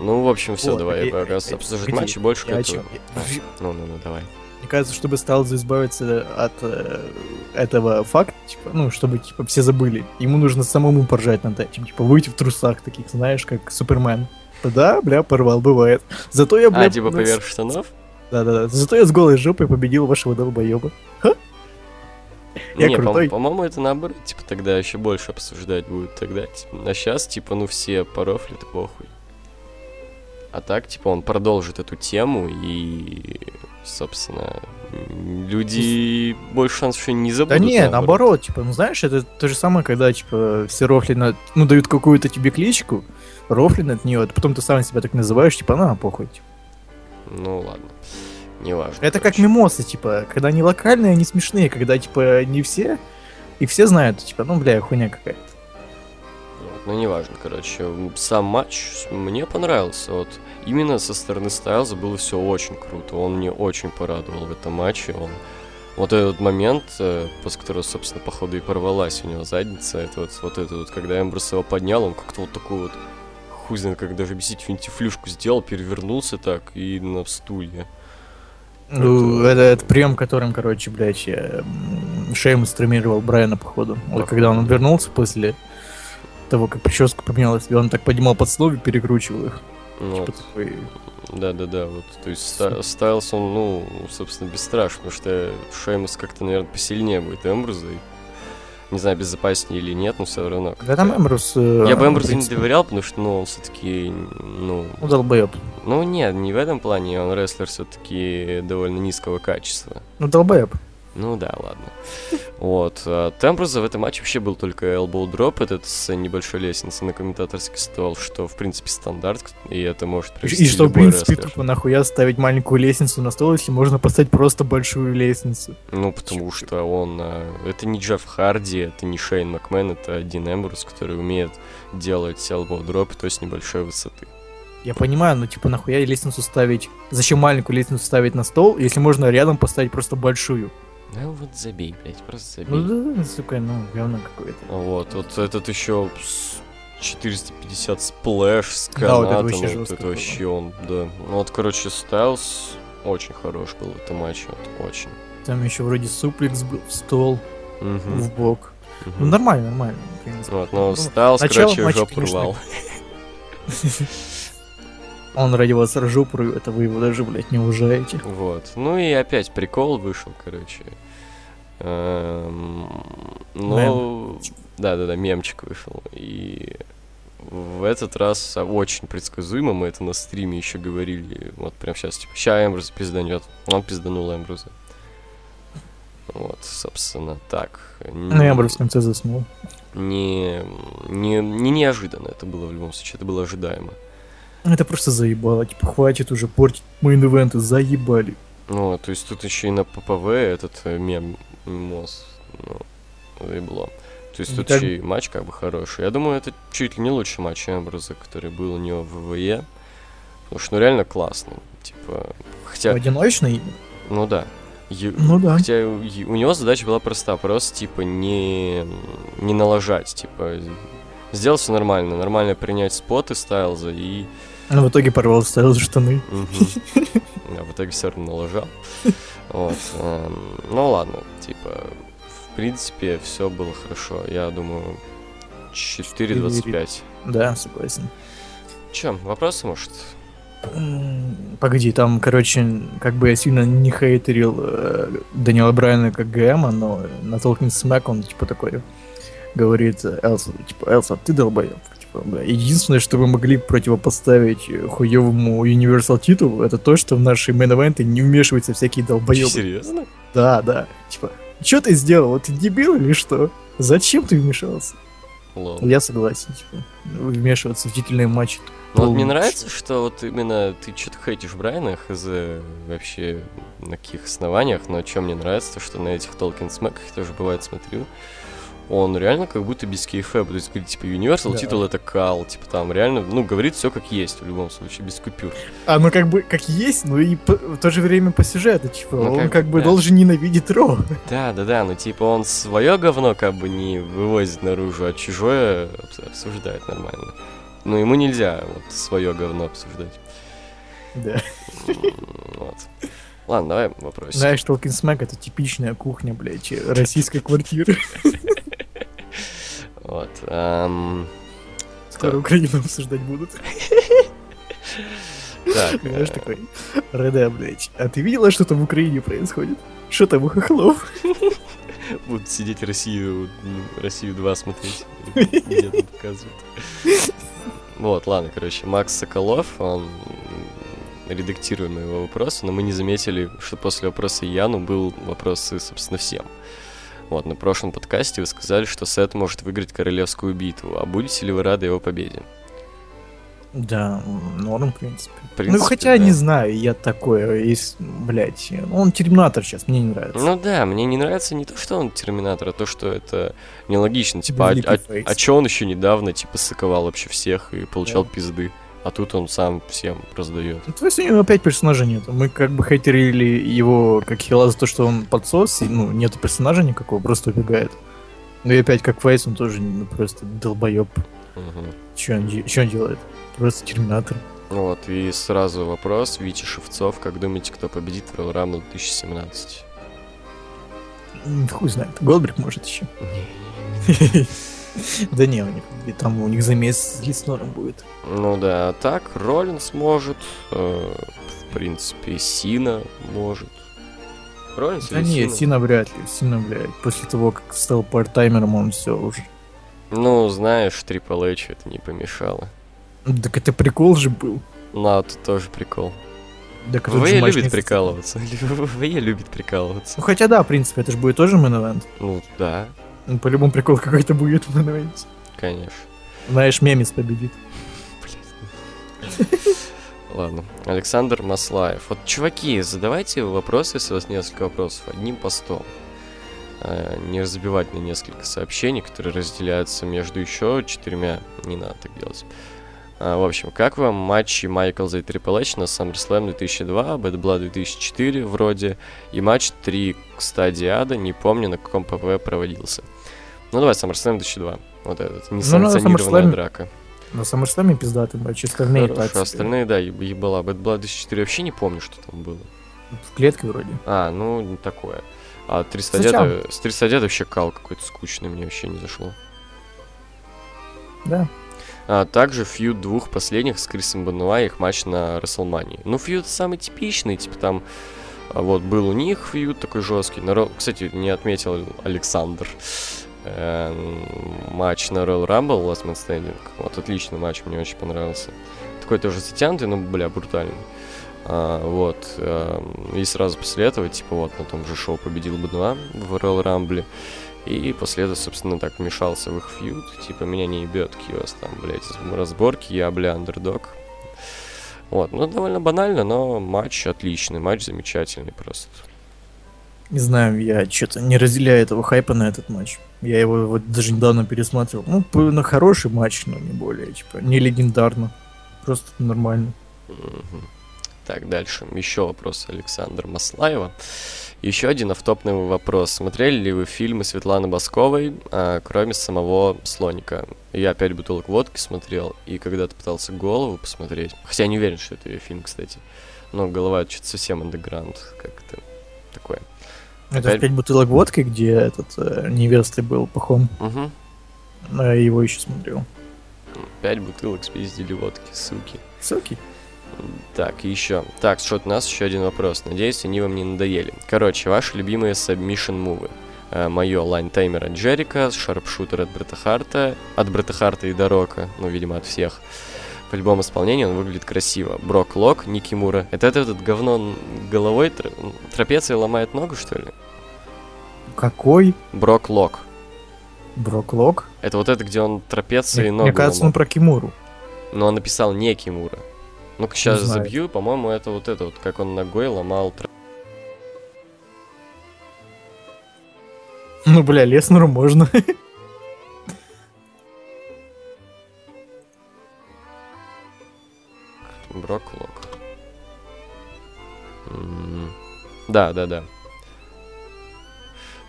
Ну, в общем, все,
Вот,
давай,
и-
я как раз
и-
обсуждать
погоди,
матч и больше к
я о чём?
этому. А, Ну, ну, ну, давай.
Мне кажется, чтобы Стайлзу избавиться от э, этого факта, типа, ну, чтобы типа все забыли, ему нужно самому поржать над этим, типа выйти в трусах таких, знаешь, как Супермен. Да, бля, порвал, бывает. Зато я, бля...
А, типа
ну,
поверх штанов?
Да-да-да. Зато я с голой жопой победил вашего долбоеба. Я
Не, по-
крутой.
по-моему, это наоборот, типа, тогда еще больше обсуждать будет тогда. типа. А сейчас, типа, ну все порофлят, похуй. А так, типа, он продолжит эту тему и, собственно, Люди больше шансов еще не забудут.
Да не, наоборот. типа, ну знаешь, это то же самое, когда, типа, все рофлины, ну, дают какую-то тебе кличку, рофлин от нее, а потом ты сам себя так называешь, типа, на, похуй. типа.
Ну ладно, неважно.
Это как
короче.
мимосы, типа, когда они локальные, они смешные, когда, типа, не все, и все знают, типа, ну, бля, хуйня какая-то.
Вот, Ну, неважно, короче. М, Сам матч с- мне понравился. Вот именно со стороны Стайлза было все очень круто. Он мне очень порадовал в этом матче. Он вот этот момент, э, после которого, собственно, походу и порвалась у него задница, это вот, вот это вот, когда Эмброс его поднял, он как-то вот такую вот, хуй знает, как даже бесить финтифлюшку сделал, перевернулся так и на стулья.
Ну,
Это-
это, это прием, которым, короче, блядь, я, м, Шеймус травмировал Брайана, походу.
Походу,
Вот когда он
да.
вернулся после того, как прическа поменялась, и он так поднимал подслови, перекручивал их.
Ну,
Типа такой,
Да-да-да, вот, то есть Ста- Стайлс, он, ну, собственно, бесстрашен, потому что Шеймус как-то, наверное, посильнее будет Эмбруза, и, не знаю, безопаснее или нет, но все равно.
Да
как-то-
там Эмбрус...
Я бы Эмбрузу не доверял, потому что, ну, он все-таки, ну...
Ну, долбоеб.
Ну, нет, не в этом плане, он рестлер все-таки довольно низкого качества.
Ну, долбоеб.
Ну да,
<laughs>
ладно. Вот. а от Эмбруза в этом матче вообще был только elbow drop, этот с небольшой лестницы на комментаторский стол, что, в принципе, стандарт, и это может
И,
привести
что, в
любой
принципе,
рестлер.
тупо нахуя ставить маленькую лестницу на стол, если можно поставить просто большую лестницу.
Ну, потому что он... э, Это не Джефф Харди, это не Шейн Макмен, это Дин Эмбрус, который умеет делать elbow дроп, то есть небольшой высоты.
Я понимаю, но типа нахуя лестницу ставить? Зачем маленькую лестницу ставить на стол, если можно рядом поставить просто большую?
Ну вот забей, блядь, просто забей.
Ну да, сука, ну говно какое-то.
Вот, вот этот еще 450 сплэш с
Да, вот
канатом,
это вообще
вот
жестко
это
было.
вообще он, да. Ну вот, короче, Стайлс очень хорош был в этом матче, вот, очень.
Там еще вроде суплекс был в стол,
Мгм,
в бок. Ну
мгм.
нормально, нормально. в принципе.
Вот, но Стайлс,
начало
короче,
матча,
жопу
конечно,
порвал.
<laughs> Он ради вас ржу это вы его даже, блядь, не уважаете.
Вот. Ну и опять прикол вышел, короче. Эм, Ну, да-да-да, мемчик вышел. И в этот раз очень предсказуемо, мы это на стриме еще говорили, вот прям сейчас, типа, ща Эмбрус пизданет, он пизданул Эмбруза. Вот, собственно, так.
Ну я бы в конце заснул.
Не, не, не неожиданно это было в любом случае, это было ожидаемо.
Ну, Это просто заебало. Типа, хватит уже портить мейн ивенты, заебали.
Ну, то есть тут еще и на ППВ этот э, мем мос, ну, заебло. То есть
Ну,
тут
так-
еще и матч как бы хороший. Я думаю, это чуть ли не лучший матч Эмброза, который был у него в ВВЕ. Потому что ну реально классный. Типа, хотя,
Одиночный?
ну да. Е-
Ну да.
Хотя у е- у него задача была проста, просто типа не, не налажать, типа сделал все нормально, нормально принять споты Стайлза и
Но в итоге порвал, вставил за штаны.
Мгм. <laughs> Да, в итоге все равно налажал. Вот. эм, Ну ладно, типа, в принципе, все было хорошо. Я думаю, 4.25.
Да, согласен.
Чем? Вопросы, может?
М, Погоди, там, короче, как бы я сильно не хейтерил э, Данила Брайана как ГМа, но на Talking Smack он, типа, такой говорит, э, Элса, типа, Элса, ты долбоеб. Типа, бля, единственное, что вы могли противопоставить э, хуевому Universal титулу, это то, что в наши мейн не вмешиваются всякие долбоебы.
Серьезно?
Да, да. Типа, что ты сделал? Ты дебил или что? Зачем ты вмешался?
Лол.
Я согласен, типа, вмешиваться в длительные матчи.
Ну, вот мне
полный
нравится, что вот именно ты что-то хейтишь Брайана, хз, вообще на каких основаниях, но чем мне нравится, то что на этих Толкин Смэках я тоже бывает смотрю, он реально как будто без кейфа, то есть говорит, типа, Universal
Да.
титул это кал, типа там реально, ну, говорит все как есть в любом случае, без купюр.
А, ну как бы как есть, но и по- в то же время по сюжету, типа,
Ну,
он
как
как,
бы,
бы
да.
должен ненавидеть Ро. <laughs>
Да, да, да, ну типа он свое говно как бы не вывозит наружу, а чужое обс- обсуждает нормально. Но ему нельзя вот свое говно обсуждать. <laughs>
Да.
М, Вот. Ладно, давай вопросик.
Знаешь, Толкин Смэк это типичная кухня, блядь, э, российской квартиры.
Вот. эм, ам,
Скоро
Так.
Украину обсуждать будут.
так,
<laughs> Знаешь,
э,
такой, Реда, блядь, а ты видела, что там в Украине происходит? Что там у хохлов?
э, будут сидеть Россию, м, Россию 2
<laughs>
смотреть. Где там показывают. Вот, ладно, короче, Макс Соколов, он м, редактируем его вопросы, но мы не заметили, что после вопроса Яну был вопрос, и, собственно, всем. Вот, на прошлом подкасте вы сказали, что Сет может выиграть королевскую битву. А будете ли вы рады его победе?
Да, норм, в принципе.
В принципе,
ну, хотя,
да.
не знаю, я такое, есть, блядь, он терминатор сейчас, мне не нравится.
Ну да, мне не нравится не то, что он терминатор, а то, что это нелогично. Типа, а,
Великий
а,
фейс.
а чё он еще недавно, типа, соковал вообще всех и получал
Да.
пизды? А тут он сам всем раздает.
Ну, То есть у него опять персонажа нет. Мы как бы хейтерили его как хила за то, что он подсос, и, ну, нет персонажа никакого, просто убегает. Ну и опять как Фейс, он тоже ну, просто долбоеб.
Мгм.
Че он, де- чё он делает? Просто терминатор.
Вот, и сразу вопрос. Витя Шевцов, как думаете, кто победит в Royal Rumble 2017?
М, Хуй знает. Голдберг может еще. <laughs> Да не, у них и там у них замес с Лиснором будет.
Ну да, а так Роллинс может, э, в принципе, Сина может. Роллинс
Да
или
не,
Сина?
Сина вряд ли, Сина, блядь. После того, как стал парт-таймером, он все уже.
Ну, знаешь, Трипл Эйч это не помешало.
Ну, Так это прикол же был.
Ну, а тут тоже прикол.
Да, короче,
Вэя
матч
любит
месяца.
прикалываться. <laughs> Вэя любит прикалываться.
Ну хотя да, в принципе, это же будет тоже мэн
Ну да,
Ну, по-любому прикол какой-то будет в мэн-эвенте.
конечно.
Знаешь, Мемис победит.
Ладно. Александр Маслаев. Вот, чуваки, задавайте вопросы, если у вас несколько вопросов, одним постом. Э, Не разбивать на несколько сообщений, которые разделяются между еще четырьмя. Не надо так делать. А, В общем, как вам матчи Майкл за Triple H на SummerSlam 2002, Bad Blood 2004 вроде, и матч 3 к стадии Ада, не помню, на каком ПВ проводился. Ну давай, SummerSlam 2002. Вот этот, несанкционированная
SummerSlam
драка.
На SummerSlam пиздатый матч, остальные
Хорошо,
так себе.
остальные, да, еб- ебала. Bad Blood 2004 вообще не помню, что там было.
В клетке вроде.
А, ну, не такое. А 300
Зачем?
дядя- с 300 дядя вообще кал какой-то скучный, мне вообще не зашло.
Да.
А также фьюд двух последних с Крисом Бенуа и их матч на Расселмании. Ну, фьюд самый типичный, типа там а, вот был у них фьюд такой жесткий. На Ро- Кстати, не отметил Александр. эм, матч на Royal Rumble Last Man Standing. Вот отличный матч, мне очень понравился. Такой тоже затянутый, но, бля, брутальный. А, вот. эм, и сразу после этого, типа, вот на том же шоу победил Бенуа в Royal Rumble. И после этого, собственно, так вмешался в их фьюд. Типа, меня не ебет Киос, там, блядь, из разборки, я, бля, андердог. Вот, ну, довольно банально, но матч отличный, матч замечательный просто.
Не знаю, я что-то не разделяю этого хайпа на этот матч. Я его вот даже недавно пересматривал. Ну, п- на хороший матч, но не более, типа, не легендарно. Просто нормально.
Мгм. Так, дальше. Еще вопрос Александра Маслаева. Еще один автопный вопрос. Смотрели ли вы фильмы Светланы Басковой, а, кроме самого Слоника? Я опять бутылок водки смотрел, и когда-то пытался голову посмотреть. Хотя я не уверен, что это ее фильм, кстати. Но голова это что-то совсем андеграунд, как-то такое.
Это
Опять-
опять бутылок водки, где этот э, невестой был пахом.
Угу.
Я его еще смотрел.
Пять бутылок спиздили водки, суки.
Соки?
Так, еще. Так, что у нас еще один вопрос. Надеюсь, они вам не надоели. Короче, ваши любимые submission мувы. Мое лайн таймера Джерика, шарпшутер от Бретта Харта, от Бретта Харта и Дорока, ну, видимо, от всех. В любом исполнении он выглядит красиво. Брок Лок, Ники Мура. Это этот, этот говно н- головой тр- трапецией ломает ногу, что ли?
Какой?
Брок Лок.
Броклок?
Это вот это, где он трапецией
Мне,
ногу
мне кажется, он
ломал.
про Кимуру. <laughs>
Но он написал не Кимура. Ну-ка, сейчас
знаю.
забью. По-моему, это вот это вот, как он ногой ломал тра-
Ну, бля, Леснеру можно. <laughs>
Брок Лок. М, Да, да, да.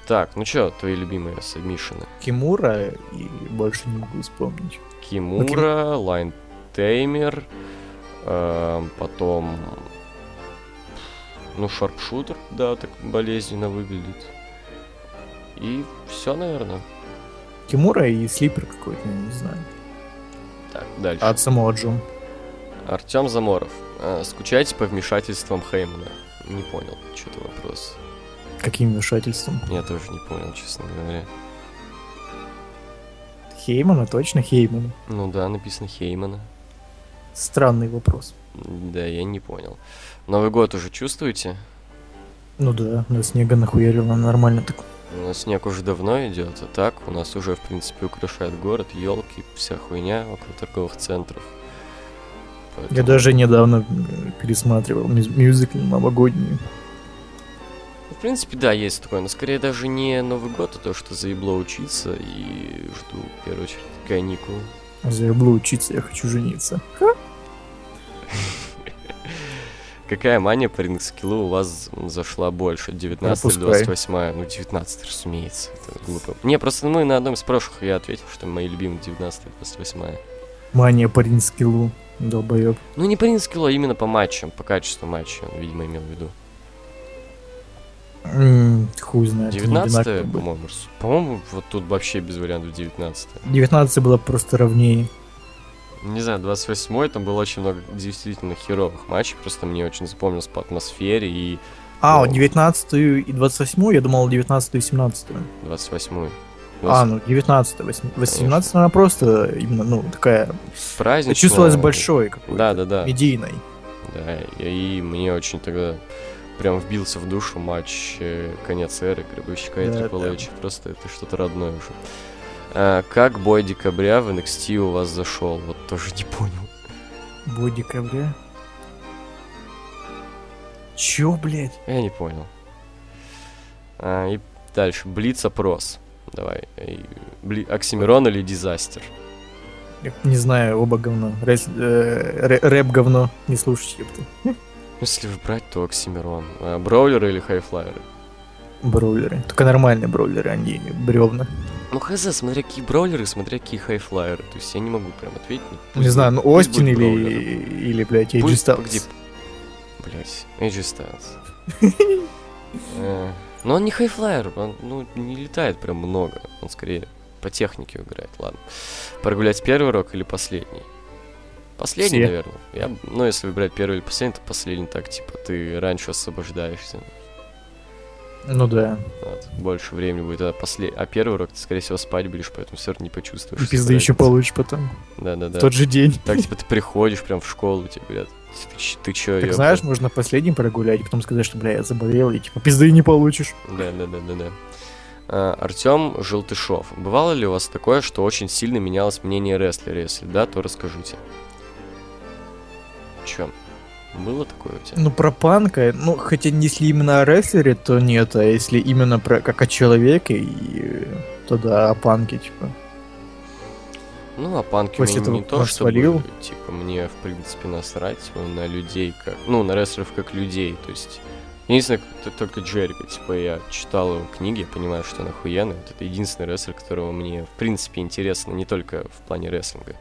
Так, ну чё, твои любимые сабмишины?
Кимура и больше не могу вспомнить.
Кимура, Лайн Теймер, эм, потом... Ну, Шарпшутер, да, так болезненно выглядит. И все, наверное.
Кимура и Слипер какой-то, я не знаю.
Так, дальше.
А от самого Джон.
Артем Заморов. Э, Скучаете по вмешательствам Хеймана? Не понял, что это вопрос.
Каким вмешательством?
Я тоже не понял, честно говоря.
Хеймана, точно Хеймана.
Ну да, написано Хеймана.
Странный вопрос.
Да, я не понял. Новый год уже чувствуете?
Ну да, на снега нахуярило нормально так.
Ну, Снег уже давно идет, а так у нас уже, в принципе, украшает город, елки, вся хуйня около торговых центров.
Я
Поэтому-
даже недавно м, пересматривал мюз- мюзикл новогодний.
В принципе, да, есть такое, но скорее даже не Новый год, а то, что заебло учиться и жду, в первую очередь, каникулы.
Заебло учиться, я хочу жениться.
Какая мания по рингскиллу у вас зашла больше? 19 или
Пропускай.
28? Ну, 19, разумеется. Это глупо. Не, просто мы на одном из прошлых я ответил, что мои любимые 19 и 28.
Мания по ринскиллу, долбоеб.
Ну, не по рингскиллу, а именно по матчам, по качеству матча, он, видимо, имел в виду.
М, Хуй знает. не
19
одинаково было.
по-моему. с- По-моему, вот тут вообще без вариантов 19
19 было просто ровнее.
Не знаю, 28 там было очень много действительно херовых матчей, просто мне очень запомнилось по атмосфере и
А,
О.
19 и 28, я думал 19 и 17.
28
А, ну 19, 18 она просто именно, ну, такая...
праздник.
Чувствовалась большой какой-то,
Да, да, да.
медийной.
Да, и, и мне очень тогда прям вбился в душу матч э, конец эры Гребущика и
Да,
Triple
да.
H. Просто это что-то родное уже. А, как бой декабря в NXT у вас зашел? Вот тоже не понял.
Бой декабря. Чё, блядь?
Я не понял. А, и дальше. Блиц-опрос. Давай. Эй, Бли... Оксимирон или Дизастер?
Я не знаю, оба говно. Рэс- э, рэ- рэп говно. Не слушайте, ёпта.
Ну, Если уж брать, то Оксимирон. А, броулеры или хайфлайеры?
Бройлеры. Только нормальные бройлеры, а они бревна.
Ну, хз, смотря какие броулеры, смотря какие хайфлайеры. То есть я не могу прям ответить. Ну, пусть
Не знаю,
будет-
ну
пусть
Остин
будет
или,
броулеры.
или, блядь, Эйджи
Пусть-
Стайлз.
Где... Блять, Эйджи
<laughs>
Стайлз. Э, Но он не хайфлайер, он ну, не летает прям много. Он скорее по технике играет, ладно. Прогулять первый рок или последний? Последний,
Все.
наверное. Я, б- ну, если выбирать первый или последний, то последний так, типа, ты раньше освобождаешься.
Ну да.
Вот. Больше времени будет, а, после... а первый урок ты, скорее всего, спать будешь, поэтому все равно не почувствуешь.
И пизды еще
пол.
получишь потом.
Да-да-да.
В тот же день.
Так, типа, ты приходишь прям в школу, тебе говорят, ты, ч- ты чё,
Так
ёпта?»
знаешь, можно последним прогулять, и потом сказать, что, бля, я заболел, и типа пизды не получишь.
Да, да, да, да, да. Артем А, Желтышов. Бывало ли у вас такое, что очень сильно менялось мнение рестлера? Если да, то расскажите. Че? Было такое у тебя?
Ну, про панка, ну, хотя если именно о рестлере, то нет, а если именно про как о человеке, и, э, то да, о панке, типа.
Ну, а панки у
после
меня не
этого
то,
нож
что
свалил.
были. Типа, мне, в принципе, насрать на людей, как... Ну, на рестлеров как людей, то есть... Единственное, как- только Джерика, типа, я читал его книги, я понимаю, что он охуенный. Вот это единственный рестлер, которого мне, в принципе, интересно не только в плане рестлинга.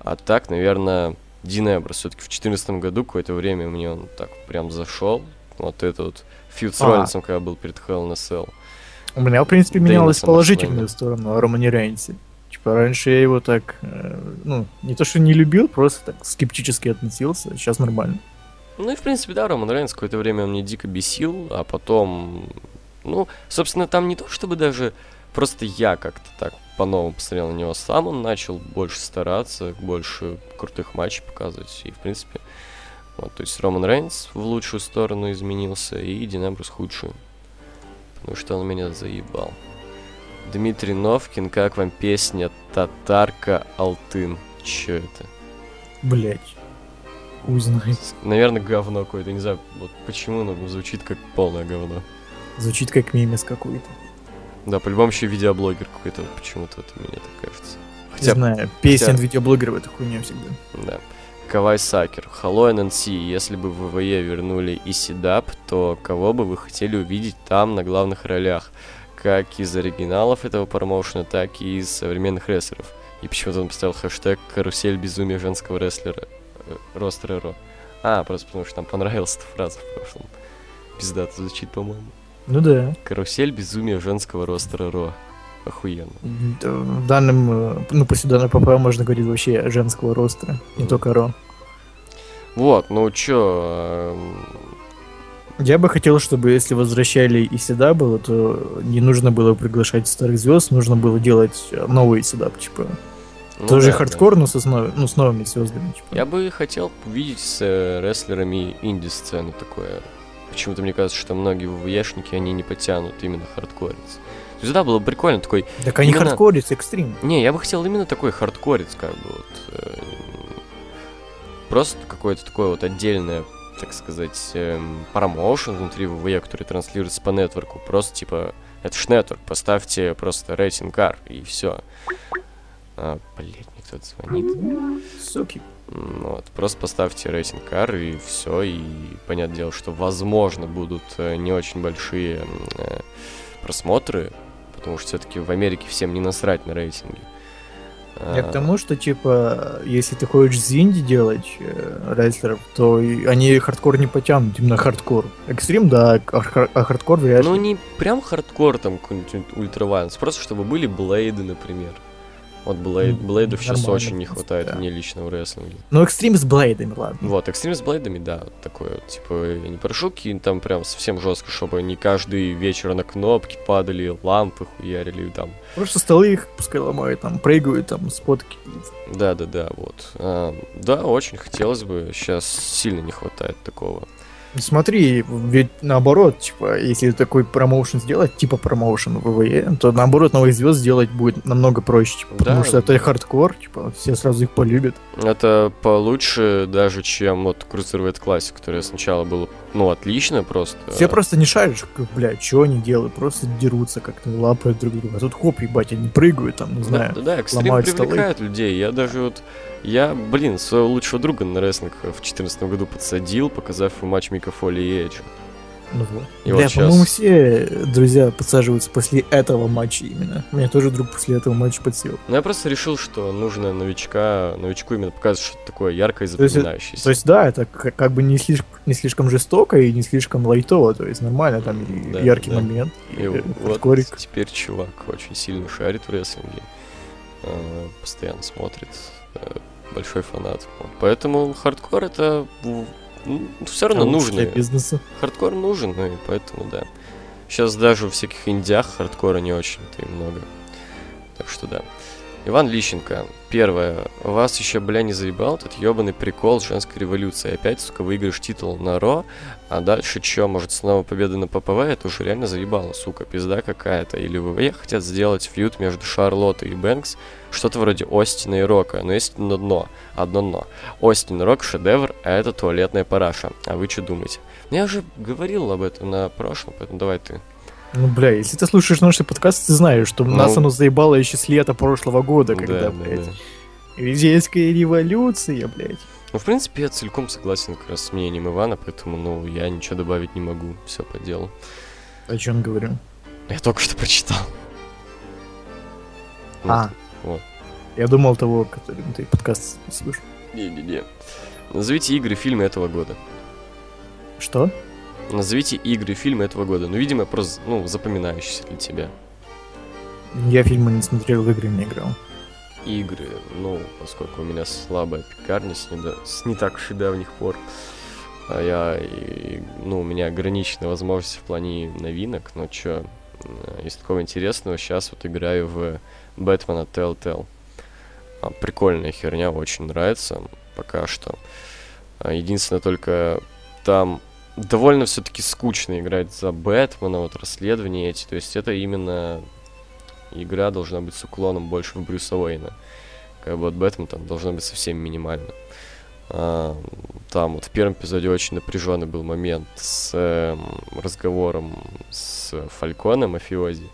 А так, наверное, Дин Эброс. Все-таки в 2014 году какое-то время мне он так прям зашел. Вот этот вот фьюд с
А.
Роллинсом, когда был перед Hell in a Cell.
У меня, в принципе,
Да и на
менялось в
самом
положительную
деле.
сторону о Романе Рейнсе. Типа, раньше я его так, э, ну, не то что не любил, просто так скептически относился, сейчас нормально.
Ну и, в принципе, да, Роман Рейнс какое-то время он меня дико бесил, а потом... Ну, собственно, там не то, чтобы даже просто я как-то так по-новому посмотрел на него сам, он начал больше стараться, больше крутых матчей показывать, и, в принципе, вот, то есть Роман Рейнс в лучшую сторону изменился, и Дин Эмбрус в худшую, потому что он меня заебал. Дмитрий Новкин, как вам песня «Татарка Алтын»? Чё это?
Блять. Хуй знает.
Наверное, говно какое-то, не знаю, вот почему, но звучит как полное говно.
Звучит как мемес какой-то.
Да, по-любому еще видеоблогер какой-то, вот почему-то это мне так кажется.
Не
Хотя,
знаю, песня
хотя-
от видеоблогеров это хуйня всегда.
да. Кавай Сакер, Hello NNC, если бы в ВВЕ вернули и Седап, то кого бы вы хотели увидеть там на главных ролях? Как из оригиналов этого промоушена, так и из современных рестлеров. И почему-то он поставил хэштег «Карусель безумия женского рестлера» э, Ростер Ро. А, просто потому что нам понравилась эта фраза в прошлом. Пиздато звучит, по-моему.
Ну да.
Карусель безумия женского ростера Ро. Охуенно.
М, да, В данном, э, ну, после данной ПП можно говорить вообще женского роста, не
Мгм.
только ро.
Вот, ну чё... эм,
Я бы хотел, чтобы если возвращали и седа было, то не нужно было приглашать старых звезд, нужно было делать э, новые седап, типа.
Ну
Тоже
да, да.
хардкор, но со с нов- ну, с новыми звездами. типа.
Я бы хотел увидеть с э, рестлерами инди-сцену такое. Почему-то мне кажется, что многие ВВЕшники, они не потянут именно хардкорец. То есть, да, было бы прикольно такой...
Так они
именно-
хардкорец, экстрим.
Не, я бы хотел именно такой хардкорец, как бы вот... э, просто какое-то такое вот отдельное, так сказать, эм, промоушен внутри ВВЕ, который транслируется по нетворку. Просто типа, это ж нетворк, поставьте просто рейтинг R, и все. А, блядь, мне кто-то звонит.
Суки.
М, Вот, просто поставьте рейтинг R и все, и понятное дело, что возможно будут э, не очень большие м, э, просмотры, потому что все-таки в Америке всем не насрать на рейтинги.
Я
А,
к тому, что, типа, если ты хочешь зинди делать э, рестлеров, то и они хардкор не потянут, именно хардкор. Экстрим, да, а, хар- а хардкор вряд ли.
Ну, не прям хардкор там какой-нибудь ультравайнс, просто чтобы были блейды, например. Вот блейд,
Ну,
блейдов сейчас
нормально,
очень не
в принципе,
хватает
да.
мне лично в рестлинге.
Ну, экстрим с блейдами, ладно.
Вот, экстрим с блейдами, да, вот такое, вот, типа, я не прошу какие там прям совсем жестко, чтобы не каждый вечер на кнопки падали, лампы хуярили, там,
Просто столы их пускай ломают, там, прыгают, там, спотки.
Да, да, да, вот. А, да, очень хотелось бы. Сейчас сильно не хватает такого.
Смотри, ведь наоборот, типа, если такой промоушен сделать, типа промоушен в ВВЕ, то наоборот новых звезд сделать будет намного проще, типа, потому
Да.
что это хардкор, типа, все сразу их полюбят.
Это получше даже, чем вот Cruiserweight Classic, которая сначала было, ну, отлично просто.
Все просто не шаришь, как, бля, что они делают, просто дерутся как-то, лапают друг друга. А тут хоп, ебать, они прыгают там, не
Да,
знаю.
да, да, экстрим
ломают столы.
привлекает людей. Я даже вот... Я, блин, своего лучшего друга на рестлинг в 2014 году подсадил, показав ему матч Мика Фоли и Эджа.
Ну вот.
И
Бля,
вот щас-
по-моему, все э, друзья подсаживаются после этого матча именно. У меня тоже друг после этого матча подсел.
Но Ну, я просто решил, что нужно новичка, новичку именно показывать что-то такое яркое и
То есть-
запоминающееся.
То есть, да, это к- как бы не слишком, не слишком жестоко и не слишком лайтово, то есть нормально, там и
Да,
яркий
да.
момент,
И
и
вот
хардкорик.
теперь чувак очень сильно шарит в рестлинге, э, постоянно смотрит, э, большой фанат. Вот. Поэтому хардкор это все равно
А вот
нужно.
Для бизнеса.
Хардкор нужен, ну и поэтому да. Сейчас даже у всяких индях хардкора не очень-то и много. Так что да. Иван Лищенко. Первое. Вас еще, бля, не заебал этот ебаный прикол женской революции. Опять, сука, выиграешь титул на Ро, а дальше чё, может, снова победа на ППВ? Это уже реально заебало, сука, пизда какая-то. Или ВВЕ хотят сделать фьют между Шарлоттой и Бэнкс, что-то вроде Остина и Рока, но есть одно дно, одно дно. Остин и Рок шедевр, а это туалетная параша. А вы что думаете? Ну, Я уже говорил об этом на прошлом, поэтому давай ты.
Ну, бля, если ты слушаешь наши подкасты, ты знаешь, что
Ну.
нас оно заебало еще с лета прошлого года, когда,
Да, да,
блядь,
да.
Визейская революция, блядь.
Ну, в принципе, я целиком согласен как раз с мнением Ивана, поэтому, ну, я ничего добавить не могу, все по делу.
О чем говорю?
Я только что прочитал.
А.
вот.
Я думал того, который ты подкаст слушал.
Не-не-не. Назовите игры фильмы этого года.
Что?
Назовите игры фильмы этого года. Ну, видимо, просто, ну, запоминающиеся для тебя.
Я фильмы не смотрел, в игры не играл.
игры, ну, поскольку у меня слабая пекарня с, недо- с не так уж и давних пор, а я, и- и, ну, у меня ограничена возможность в плане новинок, но чё, э, из такого интересного сейчас вот играю в Бэтмена Telltale. А, Прикольная херня, очень нравится пока что. А, Единственное только там довольно все-таки скучно играть за Бэтмена, вот расследования эти, то есть это именно игра должна быть с уклоном больше в Брюса Уэйна. Как бы от Бэтмена там должно быть совсем минимально. А, там вот в первом эпизоде очень напряженный был момент с эм, разговором с Фальконом, мафиози.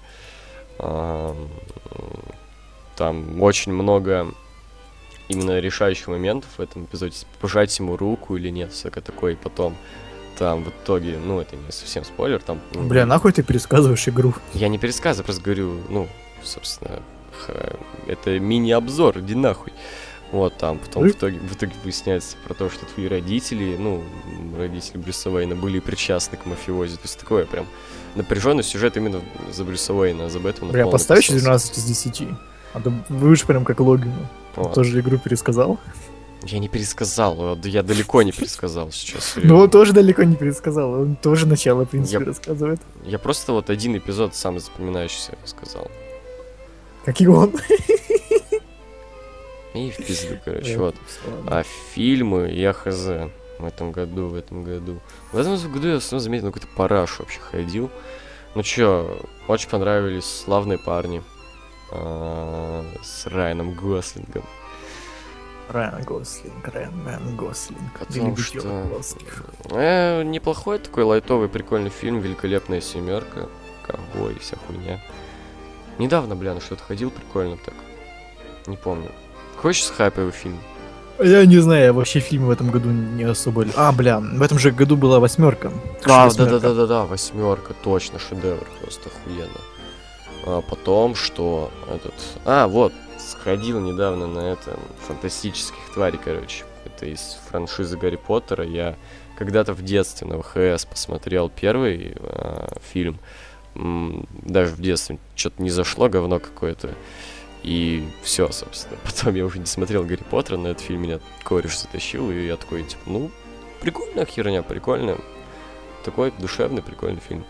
А, м, там очень много именно решающих моментов в этом эпизоде. Типа, Пожать ему руку или нет, всякое такое. И потом там в итоге, ну это не совсем спойлер, там... ну,
Бля, нахуй ты пересказываешь игру?
я не пересказываю, просто говорю, ну, собственно, х- это мини-обзор, иди нахуй. Вот там, потом
Ну и-
в итоге, в итоге выясняется про то, что твои родители, ну, м, родители Брюса Уэйна были причастны к мафиозе. То есть такое прям напряженный сюжет именно за Брюса Уэйна, а за Бэтмена.
Бля,
полный
поставь
пиздос.
12 из 10. А то будешь прям как Логину.
Вот.
Тоже игру пересказал.
Я не пересказал, вот я далеко не пересказал
<laughs>
сейчас.
Но
серьезно.
Ну, он тоже далеко не пересказал. Он тоже начало, в принципе,
Я-
рассказывает.
Я просто вот один эпизод самый запоминающийся сказал.
Как и он.
И в пизду, короче,
Э,
вот. А фильмы я хз в этом году, в этом году. В этом году я в основном заметил, на какой-то параш вообще ходил. Ну чё, очень понравились «Славные парни» а, с Райаном Гослингом.
Райан Гослинг, Райан Райан Гослинг.
Потому
Любитель
что-
Гослинг.
Э, неплохой такой лайтовый прикольный фильм «Великолепная семерка». Ковбой и вся хуйня. Недавно, бля, на что-то ходил прикольно так. Не помню. Хочешь хайповый фильм?
Я не знаю, я вообще фильм в этом году не особо... лю- А, бля, в этом же году была восьмерка.
да, да, да, да, да, А, восьмерка, точно, шедевр, просто охуенно. А потом, что этот... А, вот, сходил недавно на это, фантастических тварей, короче. Это из франшизы Гарри Поттера. Я когда-то в детстве на ВХС посмотрел первый а, фильм. М, Даже в детстве что-то не зашло, говно какое-то. И все, собственно. <laughs> Потом я уже не смотрел Гарри Поттера, на этот фильм меня кореш затащил, и я такой, типа, ну, прикольная херня, прикольная. Такой душевный, прикольный фильм.